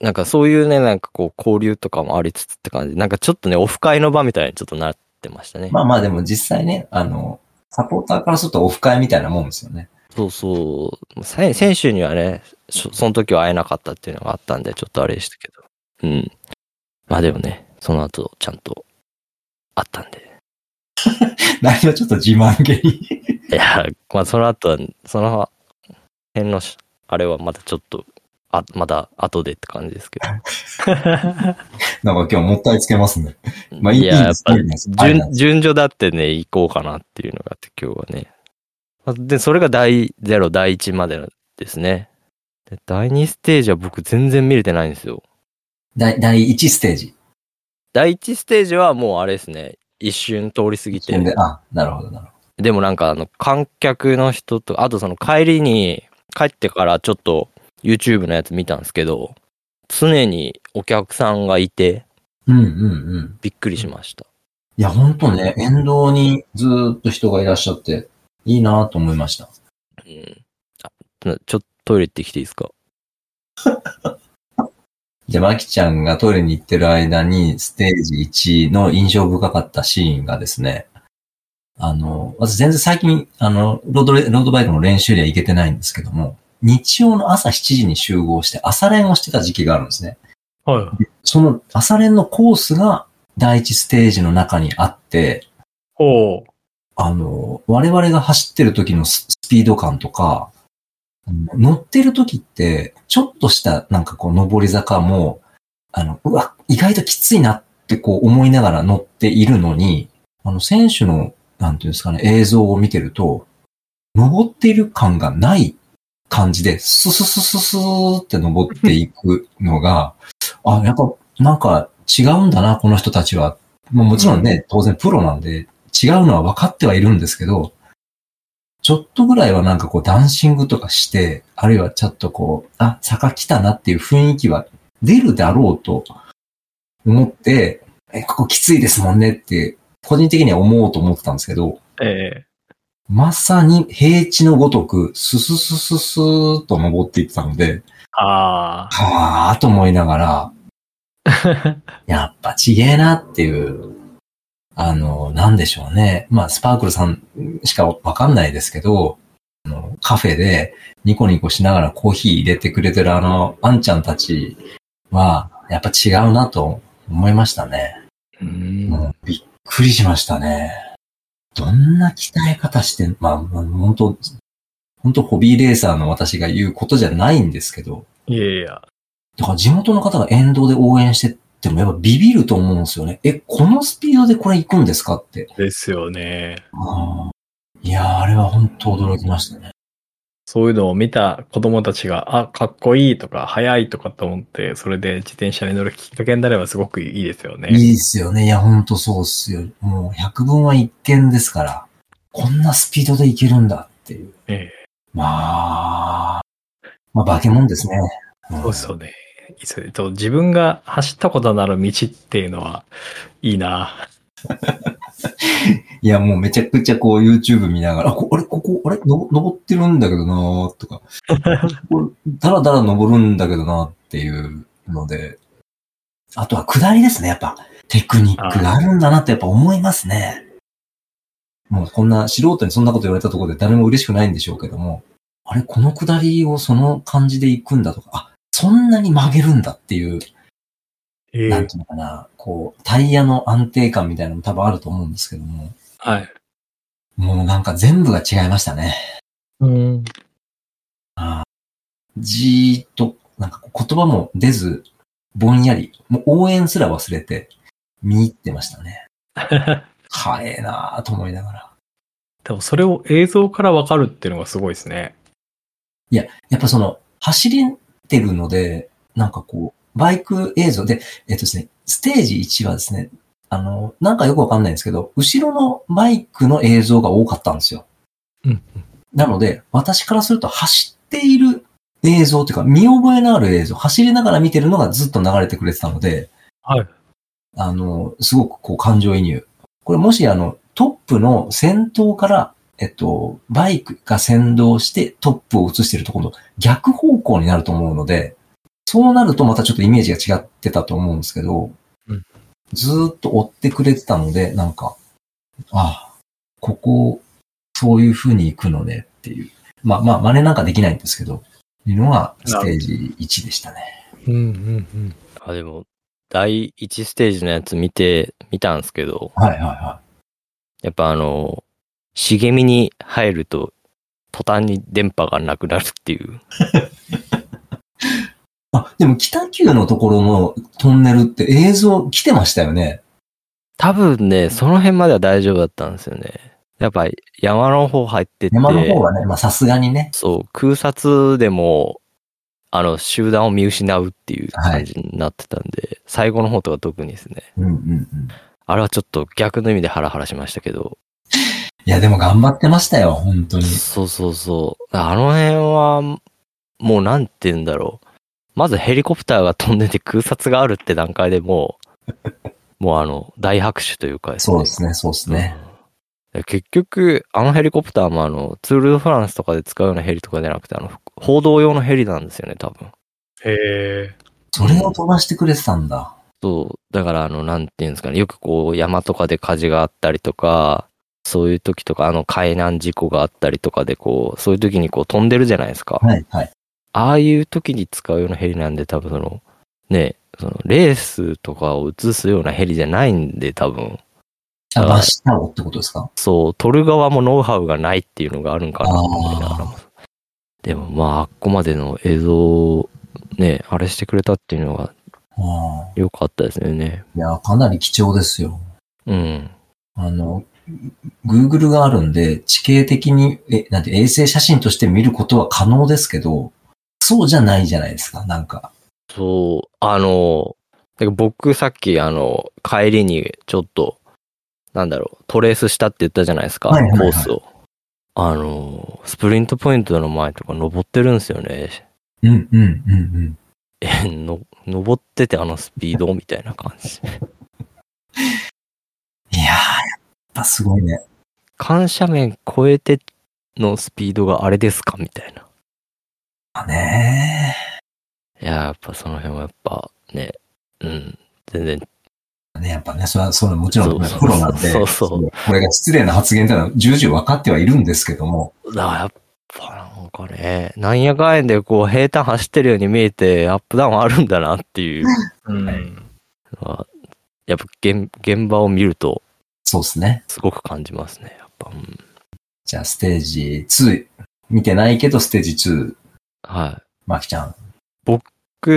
なんかそういうね、なんかこう交流とかもありつつって感じ。なんかちょっとね、オフ会の場みたいにちょっとなってましたね。
まあまあでも実際ね、あの、サポーターからするとオフ会みたいなもんですよね。
そうそう。せ選手にはね、しょその時は会えなかったっていうのがあったんで、ちょっとあれでしたけど。うん。まあでもね、その後ちゃんと会ったんで。
内容ちょっと自慢げに。
いや、まあ、その後は、その辺のしあれはまだちょっと、あ、まだ後でって感じですけど。
なんか今日もったいつけますね。 まあいい
いや、やっぱ
いいですいいです
順順序だってね、行こうかなっていうのがあって、今日はね。まあで、それが第0、第1までですね。で第2ステージは僕全然見れてないんですよ。
第第1ステージ。
第1ステージはもうあれですね。一瞬通り過ぎて。
であ、なるほど、なるほ
でもなんかあの観客の人と、あとその帰りに、帰ってからちょっと YouTube のやつ見たんですけど、常にお客さんがいて
ど。うんうんうん。
びっくりしました。
いや、ほんとね、沿道にずーっと人がいらっしゃって、いいなぁと思いました。
うん。あちょっとトイレ行ってきていいですか
じゃあ、まきちゃんがトイレに行ってる間に、ステージ1の印象深かったシーンがですね、あの、私全然最近、あの、ロードレ、ロードバイクの練習には行けてないんですけども、日曜の朝7時に集合して朝練をしてた時期があるんですね。
はい。
その朝練のコースが第一ステージの中にあって、
おう
あの、我々が走ってる時のススピード感とか、あの乗ってる時って、ちょっとしたなんかこう上り坂も、あの、うわ、意外ときついなってこう思いながら乗っているのに、あの選手の、なんていうんですかね、映像を見てると、登っている感がない感じで、スススススーって登っていくのが、あ、やっぱ、なんか違うんだな、この人たちは。もうもちろんね、当然プロなんで、違うのは分かってはいるんですけど、ちょっとぐらいはなんかこうダンシングとかして、あるいはちょっとこう、あ、坂来たなっていう雰囲気は出るだろうと思って、え、ここきついですもんねって、個人的には思おうと思ってたんですけど、
え
まさに平地のごとく、スススススーっと登っていってたので、
ー、あ
はぁーと思いながら、
あ。
やっぱちげえなっていう、あの、なんでしょうね。まあ、スパークルさんしかわかんないですけど、あのカフェでニコニコしながらコーヒー入れてくれてるあの、あんちゃんたちは、やっぱ違うなと思いましたね。
うん。
もうびっくりしましたね。どんな鍛え方して、まあ、まあ本当本当ホビーレーサーの私が言うことじゃないんですけど、
いやいや。
だから地元の方が沿道で応援してってもやっぱビビると思うんですよね。え、このスピードでこれ行くんですかって。
ですよね。
あーいやー、あれは本当驚きましたね。
そういうのを見た子供たちが、あ、かっこいいとか、速いとかと思って、それで自転車に乗るきっかけになればすごくいいですよね。
いいですよね。いや、本当そうっすよ。もう百分は一見ですから、こんなスピードで行けるんだっていう。
え
まあ、まあ、化け物ですね。うん
えそうそうね。いいっすねえっと、自分が走ったことのある道っていうのは、いいな。
いや、もうめちゃくちゃこう YouTube 見ながら、あ、こあれ、ここ、あれ、の登ってるんだけどなーとか、これだらだら登るんだけどなっていうので、あとは下りですね、やっぱ。テクニックがあるんだなってやっぱ思いますね。もうこんな素人にそんなこと言われたところで誰も嬉しくないんでしょうけども、あれ、この下りをその感じで行くんだとか、あ、そんなに曲げるんだっていう
え
なんていうのかな、こう、タイヤの安定感みたいなのも多分あると思うんですけども、
はい。
もうなんか全部が違いましたね。
うん。
あーじーっと、なんかこう言葉も出ず、ぼんやり、もう応援すら忘れて、見入ってましたね。早えなーと思いながら。
でもそれを映像からわかるっていうのがすごいですね。
やっぱその、走りってるので、なんかこう、バイク映像で、えっとですね、ステージ1はですね、あの、なんかよくわかんないんですけど、後ろのバイクの映像が多かったんですよ。
うん。
なので、私からすると走っている映像というか、見覚えのある映像、走りながら見てるのがずっと流れてくれてたので、
はい。
あの、すごくこう感情移入。これもしあの、トップの先頭から、えっと、バイクが先導してトップを映してるところの逆方向になると思うので、そうなるとまたちょっとイメージが違ってたと思うんですけど、
うん
ずーっと追ってくれてたので、なんか、ああ、ここ、そういう風に行くのねっていう。まあまあ、真似なんかできないんですけど、いうのがステージ1でしたね。
うんうんうん。
あ、でも、第1ステージのやつ見て、見たんですけど、
はいはいはい。
やっぱあの、茂みに入ると途端に電波がなくなるっていう。
あ、でも北九のところのトンネルって映像来てましたよね。
多分ね、その辺までは大丈夫だったんですよね。やっぱ山の方入ってって、
山の方はね、まあさすがにね。
そう、空撮でも、あの、集団を見失うっていう感じになってたんで、最後の方とか特にですね。
うんうんうん。
あれはちょっと逆の意味でハラハラしましたけど、
いや、でも頑張ってましたよ、本当に。
そうそうそう。あの辺は、もうなんて言うんだろう。まずヘリコプターが飛んでて空撮があるって段階でも う、もうあの、大拍手というか
そうですね、そうですね。
うん。結局、あのヘリコプターもあの、ツール・ド・フランスとかで使うようなヘリとかじゃなくて、あの、報道用のヘリなんですよね、多分。
へ
それを飛ばしてくれてたんだ。
そう。だから、あの、なんていうんですかね。よくこう、山とかで火事があったりとか、そういう時とか、あの、海難事故があったりとかで、こう、そういう時にこう、飛んでるじゃないですか。
はい、はい。
ああいう時に使うようなヘリなんで、多分その、ね、その、レースとかを映すようなヘリじゃないんで、多分、
あ、
はい
バシタオってことですか
そう、撮る側もノウハウがないっていうのがあるんかなと思いながらも。でもまあ、あっこまでの映像をね、あれしてくれたっていうのが
ああ。
良かったですよね。
いや、かなり貴重ですよ。
うん。
あの、Google があるんで、地形的に、え、なんて、衛星写真として見ることは可能ですけど、そうじゃないじゃないですか、なんか。
そう、あの、なんか僕さっきあの、帰りにちょっと、なんだろう、トレースしたって言ったじゃないですか、
はいはいはい
コースを。あの、スプリントポイントの前とか登ってるんですよね。
うん、うん、うん、うん。
え、の、登っててあのスピードみたいな感じ。
いやー、やっぱすごいね。
緩斜面超えてのスピードがあれですかみたいな。
あね
いや、やっぱその辺はやっぱね、うん、全然
ー。ね、やっぱね、それは、それはもちろん、
そうそう
プロなんで、
そうそう
のこれが失礼な発言ってのは重々分かってはいるんですけども、
だからやっぱなんかね、なんやかんやでこう平坦走ってるように見えてアップダウンあるんだなっていう
ーうん、
はい
のは、やっぱ現現場を見ると
そうですね。
すごく感じますね。やっぱ、うん、
じゃあ、ステージ2、見てないけど、ステージ2、
はい。
まきちゃん。
僕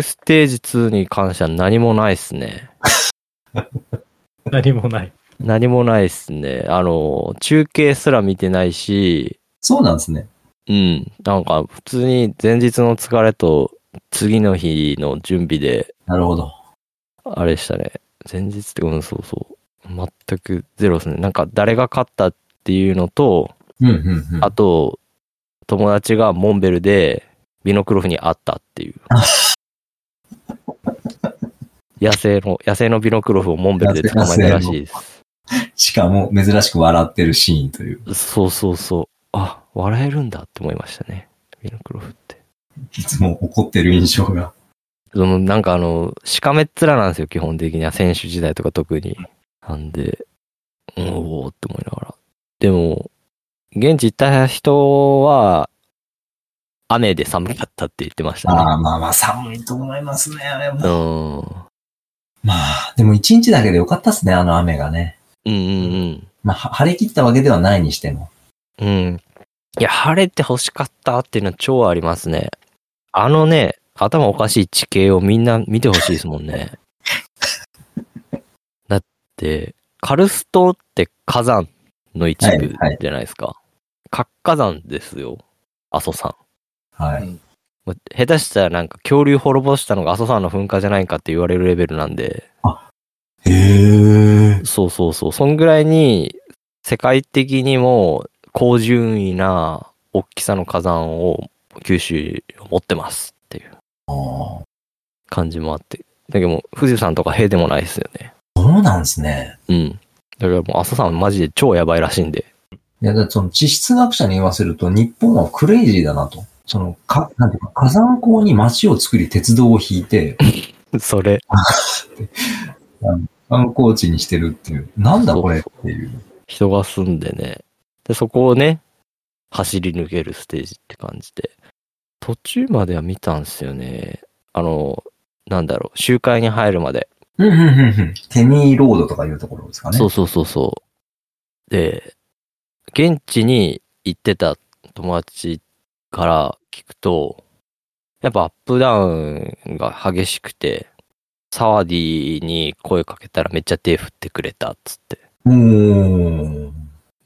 ステージ2に関しては何もないっすね。
何もない。
何もないっすね。あの、中継すら見てないし、
そうなんですね。
うん。なんか普通に前日の疲れと次の日の準備で
なるほど。
あれでしたね。前日って、うん、そうそう。全くゼロですね。なんか誰が勝ったっていうのと、
うん、うん、うん。
あと、友達がモンベルでビノクロフに会ったって いう。野生の、野生のビノクロフをモンベルで捕まえたらしいです。
しかも、珍しく笑ってるシーンという。
そうそうそう。あ、笑えるんだって思いましたね。ビノクロフって。
いつも怒ってる印象が。
そのなんかあの、しかめっ面なんですよ、基本的には。選手時代とか特に。なんで、うんおおって思いながら。でも、現地行った人は、雨で寒かったって言ってました
あ
ね。
あ、まあまあ、寒いと思いますね、あれ
う
も。
ん。
まあ、でも一日だけでよかったっすね、あの雨がね。
うんうん
まあ、は晴れ切ったわけではないにしても。
うん。うん。いや、晴れて欲しかったっていうのは超ありますね。あのね、頭おかしい地形をみんな見てほしいですもんね。 だって、カルストって火山の一部
はいはい
じゃないですか。活火山ですよ。阿蘇山。
は
う
い。
ん
まあ下手したらなんか恐竜滅ぼしたのが阿蘇山の噴火じゃないかって言われるレベルなんで、
へえ。
そうそうそう、そんぐらいに世界的にも高順位な大きさの火山を九州は持ってますっていう
ああ、
感じもあって。だけどもう富士山とか平でもないですよね。
そうなんですね。
うん。だからもう阿蘇山マジで超やばいらしいんで。
いや、だってその地質学者に言わせると、日本はクレイジーだなと。その、か、なんていうか、火山口に町を作り鉄道を引 いて、
それ。
観光地にしてるっていう。なんだ
そう
これっていう。
人が住んでね。で、そこをね、走り抜けるステージって感じで。途中までは見たんですよね。あの、なんだろう、集会に入るまで。
うん、うん、うん、うん。ケニーロードとかいうところですかね。
そうそうそうそう。で、現地に行ってた友達から聞くと、やっぱアップダウンが激しくて、サワディに声かけたらめっちゃ手振ってくれたっつって、
うーん。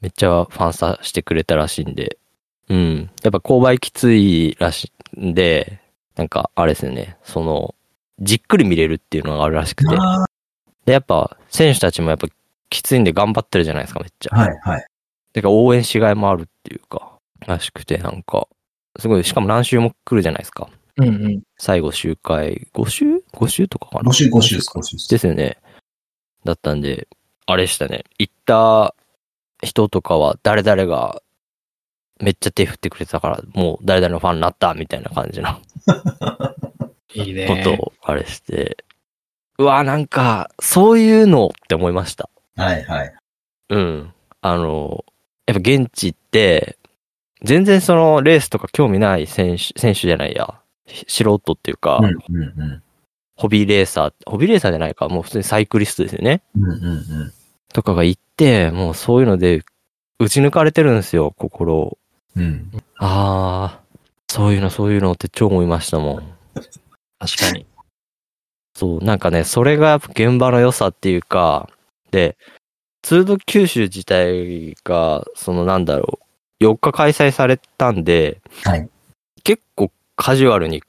めっちゃファンサしてくれたらしいんで、うん。やっぱ購買きついらしいんで、なんかあれですよね、その、じっくり見れるっていうのがあるらしくて、
あ
で、やっぱ選手たちもやっぱきついんで頑張ってるじゃないですか、めっちゃ。
ーはい、はい。
てか応援しがいもあるっていうか、らしくて、なんか、すごい、しかも何週も来るじゃないですか。
うんうん。
最後周回、5週 ?5 週とかかな
5週、5週です、5週です。
ですよね。だったんで、あれでしたね。行った人とかは、誰々が、めっちゃ手振ってくれてたから、もう誰々のファンになった、みたいな感じの
いいね。
ことを、あれして、うわ、なんか、そういうのって思いました。
はい、はい。
うん。あの、やっぱ現地って、全然そのレースとか興味ない選手、選手じゃないや、し素人っていうか、
うん、うん、うん。
ホビーレーサー、ホビーレーサーじゃないか、もう普通にサイクリストですよね。
うん、うん、うん。
とかが行って、もうそういうので、打ち抜かれてるんですよ、心を。
うん。
あー、そういうの、そういうのって超思いましたもん。
確かに。
そう、なんかね、それがやっぱ現場の良さっていうか、で、ツールド九州自体が、そのなんだろう、4日開催されたんで、
はい
結構カジュアルに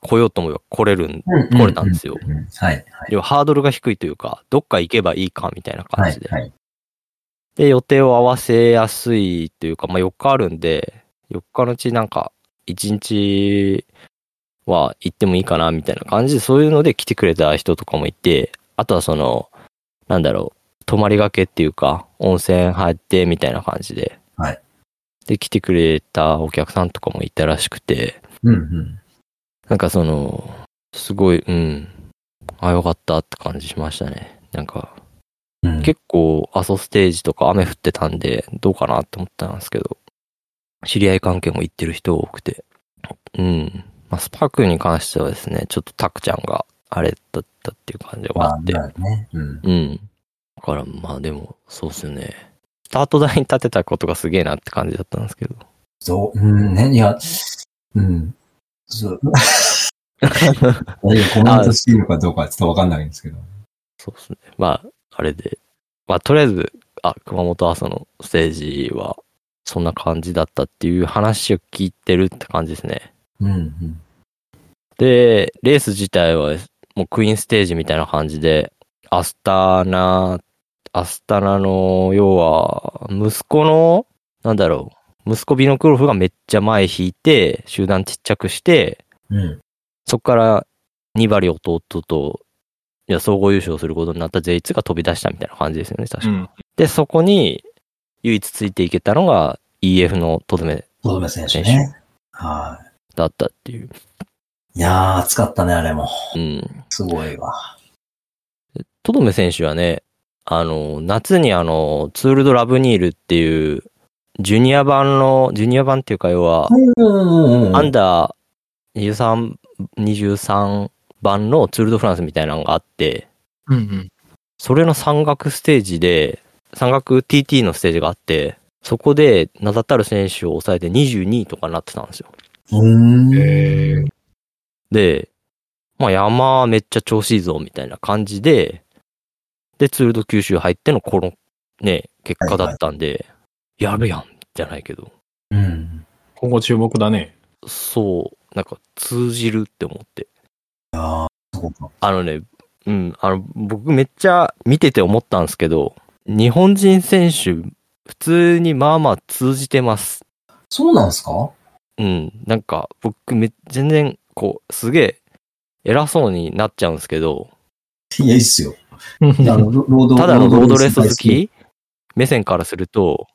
来ようと思えば来れるん、
うん
来れたんですよ。
うんうんはい、はい。
要はハードルが低いというか、どっか行けばいいかみたいな
は
感
い
じで。、
はい。
で、予定を合わせやすいというか、まあ4日あるんで、4日のうちなんか1日は行ってもいいかなみたいな感じで、そういうので来てくれた人とかもいて、あとはその、なんだろう、泊まりがけっていうか、温泉入ってみたいな感じで。
はい
で、来てくれたお客さんとかもいたらしくて、
うん、うん。
なんかその、すごい、うん、あ、よかったって感じしましたね。なんか、
うん
結構阿蘇ステージとか雨降ってたんでどうかなって思ったんですけど知り合い関係も行ってる人多くてうん、まあ、スパークに関してはですねちょっとタクちゃんがあれだったっていう感じで終わって
まあねうん。
うんだからまあでもそうっすよねスタート台に立てたことがすげえなって感じだったんですけ ど
そう、うん、ね、いや、うん。そう。いやコメントしていいのかどうかちょっとわかんないんですけど。
そうですね。まあ、あれで。まあ、とりあえず、あ、熊本阿蘇のステージは、そんな感じだったっていう話を聞いてるって感じですね。
うん、うん。
で、レース自体は、もうクイーンステージみたいな感じで、アスタナ、アスタナの、要は、息子の、なんだろう、息子ビノクロフがめっちゃ前引いて、集団ちっちゃくして、
うん。
そこから2割弟と、いや、総合優勝することになったゼイツが飛び出したみたいな感じですよね、確か。
うん。
で、そこに唯一ついていけたのが EF のとどめ
とどめ選
選
手ね。は
だったっていう。
い。いやー、暑かったね、あれも。
うん。
すごいわ。
とどめ選手はね、あの、夏にあの、ツールドラブニールっていう、ジュニア版の、ジュニア版っていうか、要は、
うん
アンダー23、23番のツールドフランスみたいなのがあって、
うんうん。
それの山岳ステージで、山岳 TT のステージがあって、そこで名だたる選手を抑えて22位とかになってたんですよ。
うん。
えー、
で、まあ山めっちゃ調子いいぞみたいな感じで、で、ツールド九州入ってのこのね、結果だったんで、やるやんじゃないけど、
うん。
今後注目だね。
そう、なんか通じるって思って。
いやー、すごかっ
あのね、うん、あの、僕めっちゃ見てて思ったんですけど、日本人選手、普通にまあまあ通じてます。
たそうなんすか
うん、なんか僕め全然こうすげえ偉そうになっちゃうんですけど
いや、いいっすよ。
うん
いやあのロロード
ただのロードレース好
大
き目線からすると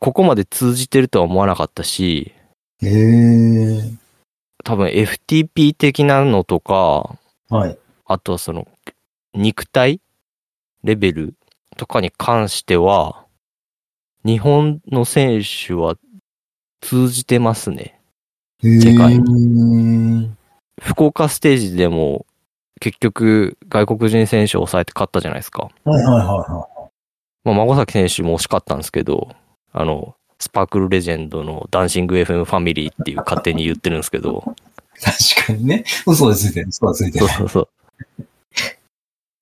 ここまで通じてるとは思わなかったし
へー。
多分 FTP 的なのとか
はい。
あとはその肉体レベルとかに関しては日本の選手は通じてますね。
へー
世界
に。
福岡ステージでも結局外国人選手を抑えて勝ったじゃないですか。
はいはいはいは
まあ、孫崎選手も惜しかったんですけど、あの、スパークルレジェンドのダンシング FM ファミリーっていう勝手に言ってるんですけど、
確かにね。嘘はついてる。嘘はついて
そ
る
う。そうそう。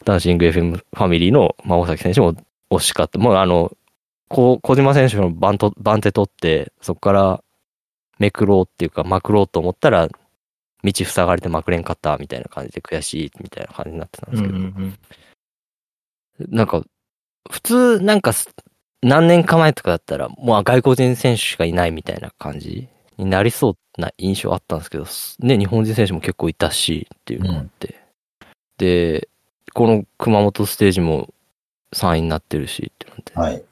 ダンシング FM ファミリーの、まあ、大崎選手も惜しかった。もうあの、こう小島選手の番と番手取って、そこからめくろうっていうか、まくろうと思ったら、道塞がれてまくれんかったみたいな感じで悔しいみたいな感じになってたんですけど、なんか、普通、なんかす、何年か前とかだったら、もう外国人選手しかいないみたいな感じになりそうな印象あったんですけど、すね、日本人選手も結構いたし、っていうのがあって。で、この熊本ステージも3位になってるし、ってなって。
はい。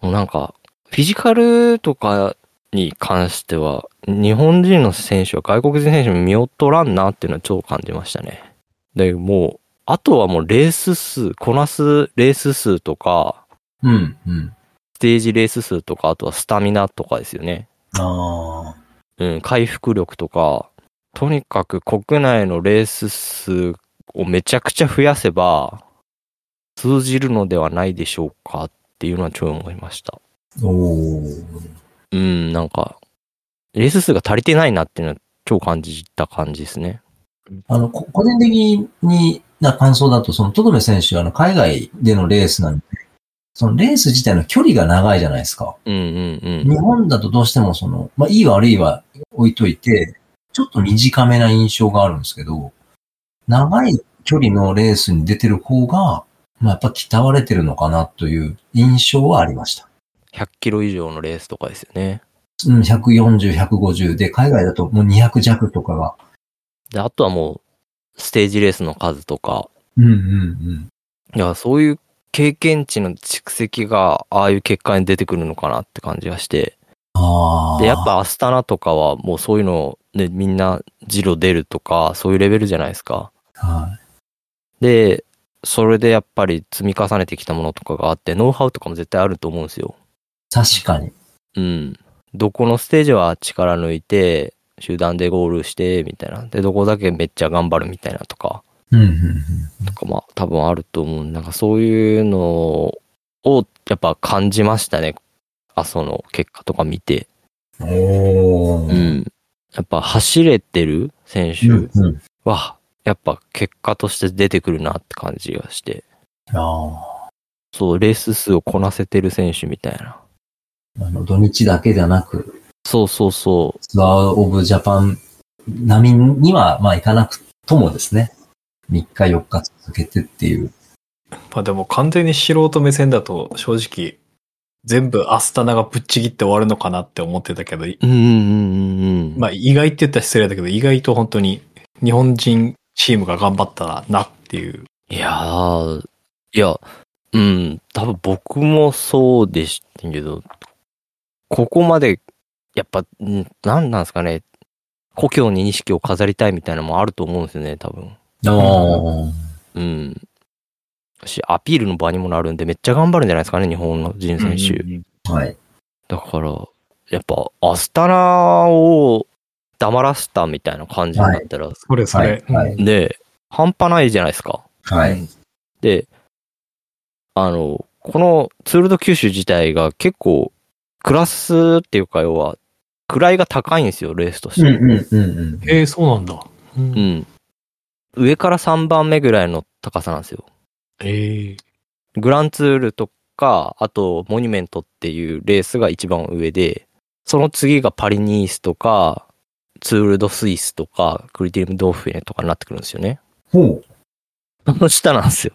もうなんか、フィジカルとかに関しては、日本人の選手は外国人選手も見劣らんなっていうのは超感じましたね。で、もう、あとはもうレース数、こなすレース数とか、
うん、うん。
ステージレース数とか、あとはスタミナとかですよね。
あ
うん、回復力とか、とにかく国内のレース数をめちゃくちゃ増やせば、通じるのではないでしょうかっていうのは超思いました。
あ。おー。
うん、なんか、レース数が足りてないなっていうのは超感じた感じですね。
あの、こ個人的にな感想だと、その、とどめ選手は、あの、海外でのレースなんで、そのレース自体の距離が長いじゃないですか。
うんうん
日本だとどうしてもその、まあ、いい悪いは置いといて、ちょっと短めな印象があるんですけど、長い距離のレースに出てる方が、まあ、やっぱ鍛われてるのかなという印象はありました。
100キロ以上のレースとかですよね。
うん、140、150で、海外だともう200弱とかが。
で、あとはもう、ステージレースの数とか、
うんうんうん。
いや、そういう経験値の蓄積が、ああいう結果に出てくるのかなって感じがして。
ああ。
で、やっぱアスタナとかは、もうそういうの、ね、みんな、ジロ出るとか、そういうレベルじゃないですか。
は
で、それでやっぱり積み重ねてきたものとかがあって、ノウハウとかも絶対あると思うんですよ。
い。確かに。
うん。どこのステージは力抜いて、集団でゴールして、みたいな。で、どこだけめっちゃ頑張るみたいなとか、
うんうんうん。
とかまあ多分あると思う。なんかそういうのをやっぱ感じましたね。あ、その結果とか見て。
お
う
ー。
ん。やっぱ走れてる選
うん
手
うん。
は、やっぱ結果として出てくるなって感じがして。
あ
そう、レース数をこなせてる選手みたいな。
ーあの、土日だけじゃなく、
そうそうそう。
ツアーオブジャパン並みには、まあ、行かなくともですね。3日4日続けてっていう。
まあでも完全に素人目線だと正直全部アスタナがぶっちぎって終わるのかなって思ってたけど、
うんうんうんうんうん。
まあ意外って言ったら失礼だけど意外と本当に日本人チームが頑張ったなっていう。
いやー、いや、うん、多分僕もそうでしたけど、ここまで、やっぱ、んなんなんですかね、故郷に錦を飾りたいみたいなのもあると思うんですよね、多分。
おー。
うん。し、アピールの場にもなるんで、めっちゃ頑張るんじゃないですかね、日本の人選手。
はい。
だから、やっぱ、アスタナを黙らせたみたいな感じになったら、
それそ
は
れ
い。。はい。
ね、半端ないじゃないですか。
はい。
で、あの、このツールド九州自体が結構、クラスっていうか、要は、位が高いんですよ、レースとし
うん
て。
うんうんうん。
えー、そうなんだ。うん
うん上から3番目ぐらいの高さなんですよ。
えー
グランツールとか、あと、モニュメントっていうレースが一番上で、その次がパリニースとか、ツールドスイスとか、クリティウムドーフィネとかになってくるんですよね。
ほ
その下なんですよ。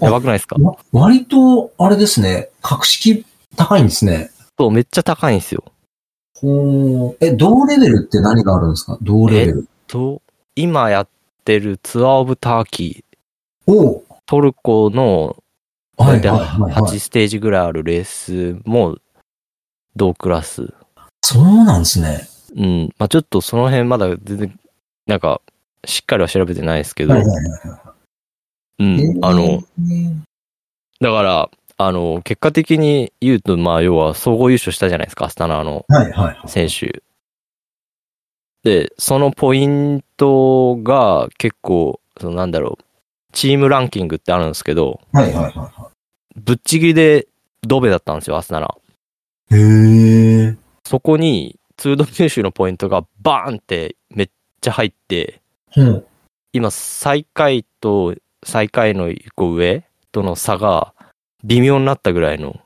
あ
やばくないですか
う。わ割と、あれですね、格式高いんですね。
そう、めっちゃ高いんですよ。
ほう。え、同レベルって何があるんですか同レベル。
と、今やってるツアーオブターキー、
おー。
トルコの
は
大
い。
体
はい。はいはい
8。ステージぐらいあるレースも同クラス。
そうなんですね。
うん。まあちょっとその辺まだ全然、なんか、しっかりは調べてないですけど、
はいはいはいは
うん。
い。
あ
え
の、
ー、
だから、あの、結果的に言うと、まあ要は総合優勝したじゃないですか、アスタナの
はいはいはい。
選手。で、そのポイントが結構、そのなんだろう、チームランキングってあるんですけど、
はいはいはいは
ぶっちぎりでドベだったんですよ、アスナラ。
い。へえ。
そこに通度入手のポイントがバーンってめっちゃ入って、
うん。
今最下位と最下位の一個上との差が微妙になったぐらいの、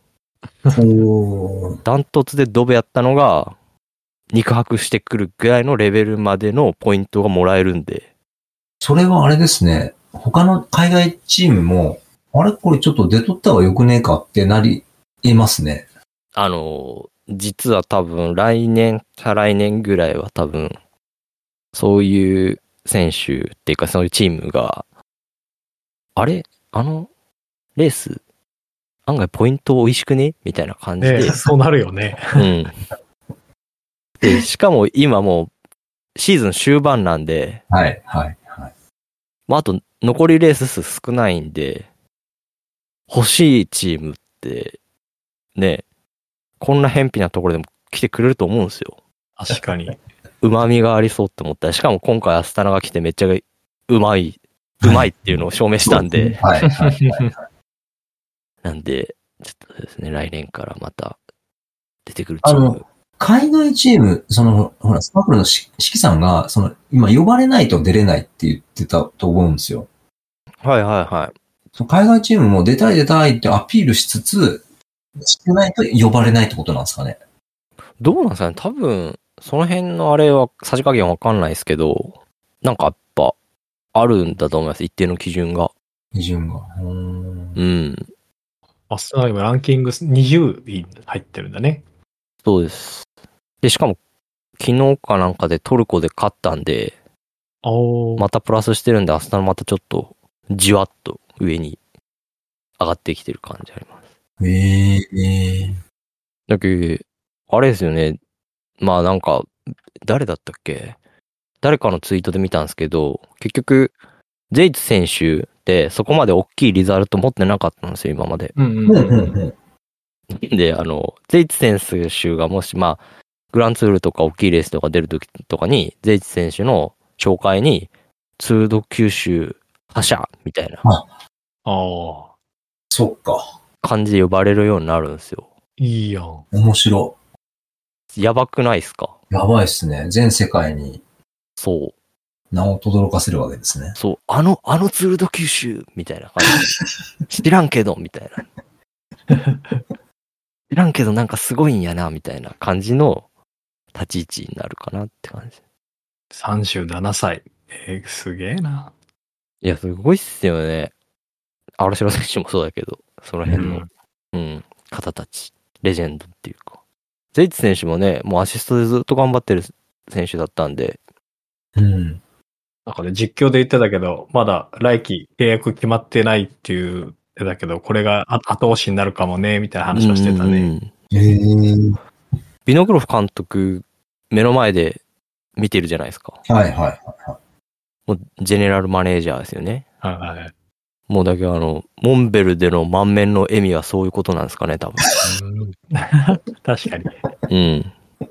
おー
ダントツでドブやったのが、肉薄してくるぐらいのレベルまでのポイントがもらえるんで、
それはあれですね。他の海外チームも、あれこれちょっと出とった方がよくねえかってなり得ますね。
あの、実は多分来年、再来年ぐらいは多分、そういう選手っていうかそういうチームが、あれあの、レース、案外ポイント美味しくねみたいな感じ
ね
で、
そうなるよね。
うん。で、しかも今もう、シーズン終盤なんで、
はい、はい、はい。
まあ、あと残りレース数少ないんで、欲しいチームって、ね、こんな偏僻なところでも来てくれると思うんですよ。
確かに。
旨味がありそうって思ったら、しかも今回アスタナが来てめっちゃうまい、うまいっていうのを証明したんで、
はい、はい。
なんで、ちょっとですね、来年からまた出てくる
あ
チー
の
ム。
海外チーム、その、ほら、スパークルのし指揮さんが、その、今呼ばれないと出れないって言ってたと思うんですよ。
はいはいはい。
その海外チームも出たい出たいってアピールしつつ、してないと呼ばれないってことなんですかね。
どうなんですかね多分、その辺のあれは、さじ加減わかんないですけど、なんかやっぱ、あるんだと思います。一定の基準が。
基準が。うーん
うん。
アストナ今ランキング20位入ってるんだね。
そうです。で、しかも、昨日かなんかでトルコで勝ったんで、
お
またプラスしてるんで、明日のまたちょっと、じわっと上に上がってきてる感じあります。
ええええ
だけど、あれですよね。まあなんか、誰だったっけ誰かのツイートで見たんですけど、結局、ジェイツ選手ってそこまで大きいリザルト持ってなかったんですよ、今まで。
うんうん
う
うん
うん
ん。
うん。
で、あの、ゼイツ選手がもし、まあ、グランツールとか大きいレースとか出るときとかに、ゼイツ選手の紹介に、通度九州覇者みたいな
ああ、
そっか。
感じで呼ばれるようになるんですよ。
いいやん。
面白
やばくないですか
い。やばいっすね。全世界に
そう。
名を轟かせるわけですね。
そう。あの、あのツールド九州みたいな感じ。知らんけど、みたいな。 知らんけど、なんかすごいんやな、みたいな感じの立ち位置になるかなって感じ。
37歳。えーすげえな。
いや、すごいっすよね。荒城選手もそうだけど、その辺の、うん、方たち、レジェンドっていうか。ゼイツ選手もね、もうアシストでずっと頑張ってる選手だったんで、
うん。
なんかね、実況で言ってたけど、まだ来期契約決まってないっていう、だけど、これがあ後押しになるかもね、みたいな話はしてた
うんう
ね。
ん
ええ
ビノグロフ監督、目の前で見てるじゃないですか。
はいはいはいはい。
もう、ジェネラルマネージャーですよね。
はいはい。
もうだけどあの、モンベルでの満面の笑みはそういうことなんですかね、 多分。
確かに。
うん。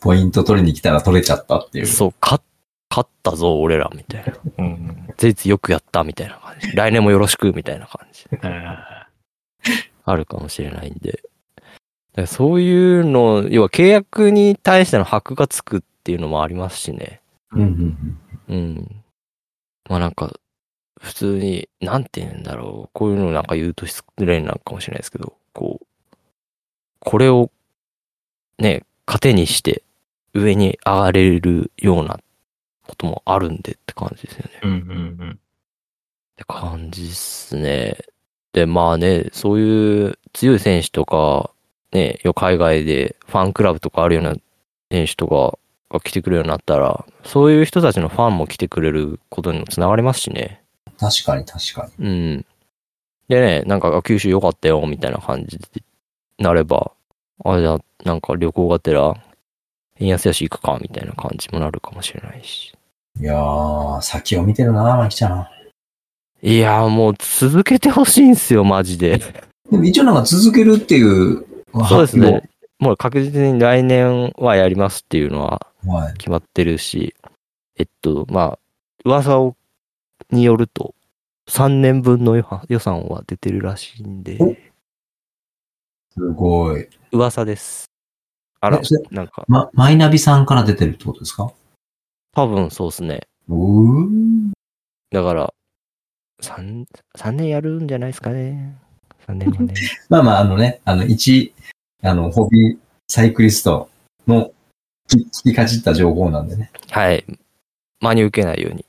ポイント取りに来たら取れちゃったっていう。
そう、勝勝ったぞ、俺ら、みたいな。
うん。
ゼイツよくやった、みたいな感じ。来年もよろしく、みたいな感じ。
あ
あるかもしれないんで。だからそういうの、要は契約に対しての箔がつくっていうのもありますしね。
うんうんうん。
うん。まあなんか、普通に、なんて言うんだろう。こういうのなんか言うと失礼なのかもしれないですけど、こう、これを、ね、糧にして上に上がれるようなこともあるんでって感じですよね。
ーうんうんうん。
って感じっすね。で、まあね、そういう強い選手とか、ね、よ海外でファンクラブとかあるような選手とかが来てくれるようになったら、そういう人たちのファンも来てくれることにもつながりますしね。
確かに確かに。
うん。でね、なんか、あ九州良かったよ、みたいな感じになれば、あ、じゃあ、なんか旅行がてら、円安やし行くか、みたいな感じもなるかもしれないし。
いやー、先を見てるな、マキちゃん。
いやー、もう続けてほしいんすよ、マジで。
でも一応なんか続けるっていう。
そうですね。。もう確実に来年はやりますっていうのは
はい。
決まってるし、えっと、まあ、噂を、によると、3年分の予算予算は出てるらしいんで、
おすごい。
噂です。あら
えそれ、
なんか、
ま、マイナビさんから出てるってことですか
多分そうですね。
うー
だから、3、三年やるんじゃないですかね。3年も ね。
まあまあ、あのね、あの、一、あの、ホビーサイクリストの聞き聞きかじった情報なんでね。
はい。真に受けないように。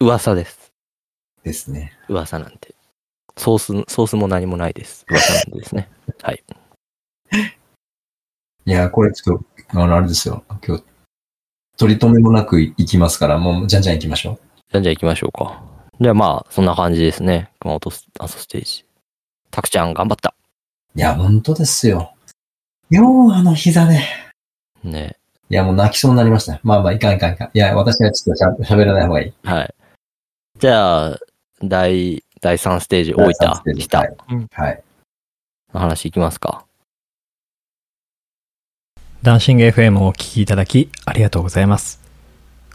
噂です。
ですね。
噂なんて。ソース、ソースも何もないです。噂なんですね。
いや、これちょっと、あの、あれですよ。今日、取り留めもなく行きますから、もう、じゃんじゃん行きましょう。
じゃあじゃあ行きましょうか。じゃあまあ、そんな感じですね。熊本ス阿蘇ステージ。たくちゃん頑張った。
いや、本当ですよ。よう、あの膝ね。
ね
いや、もう泣きそうになりました。まあまあ、いかんいかんいかん。いや、私はちょっとしゃ喋らない方がいい。
はい。じゃあ、第、第3ステージ、大
第三ステー
分、
ジ
北
はいはい。
の話いきますか。
ダンシング FM をお聞きいただきありがとうございます。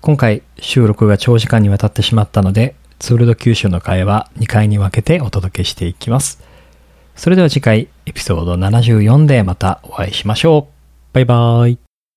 今回収録が長時間にわたってしまったので、ツールド九州の会は2回に分けてお届けしていきます。それでは次回エピソード74でまたお会いしましょう。バイバイ。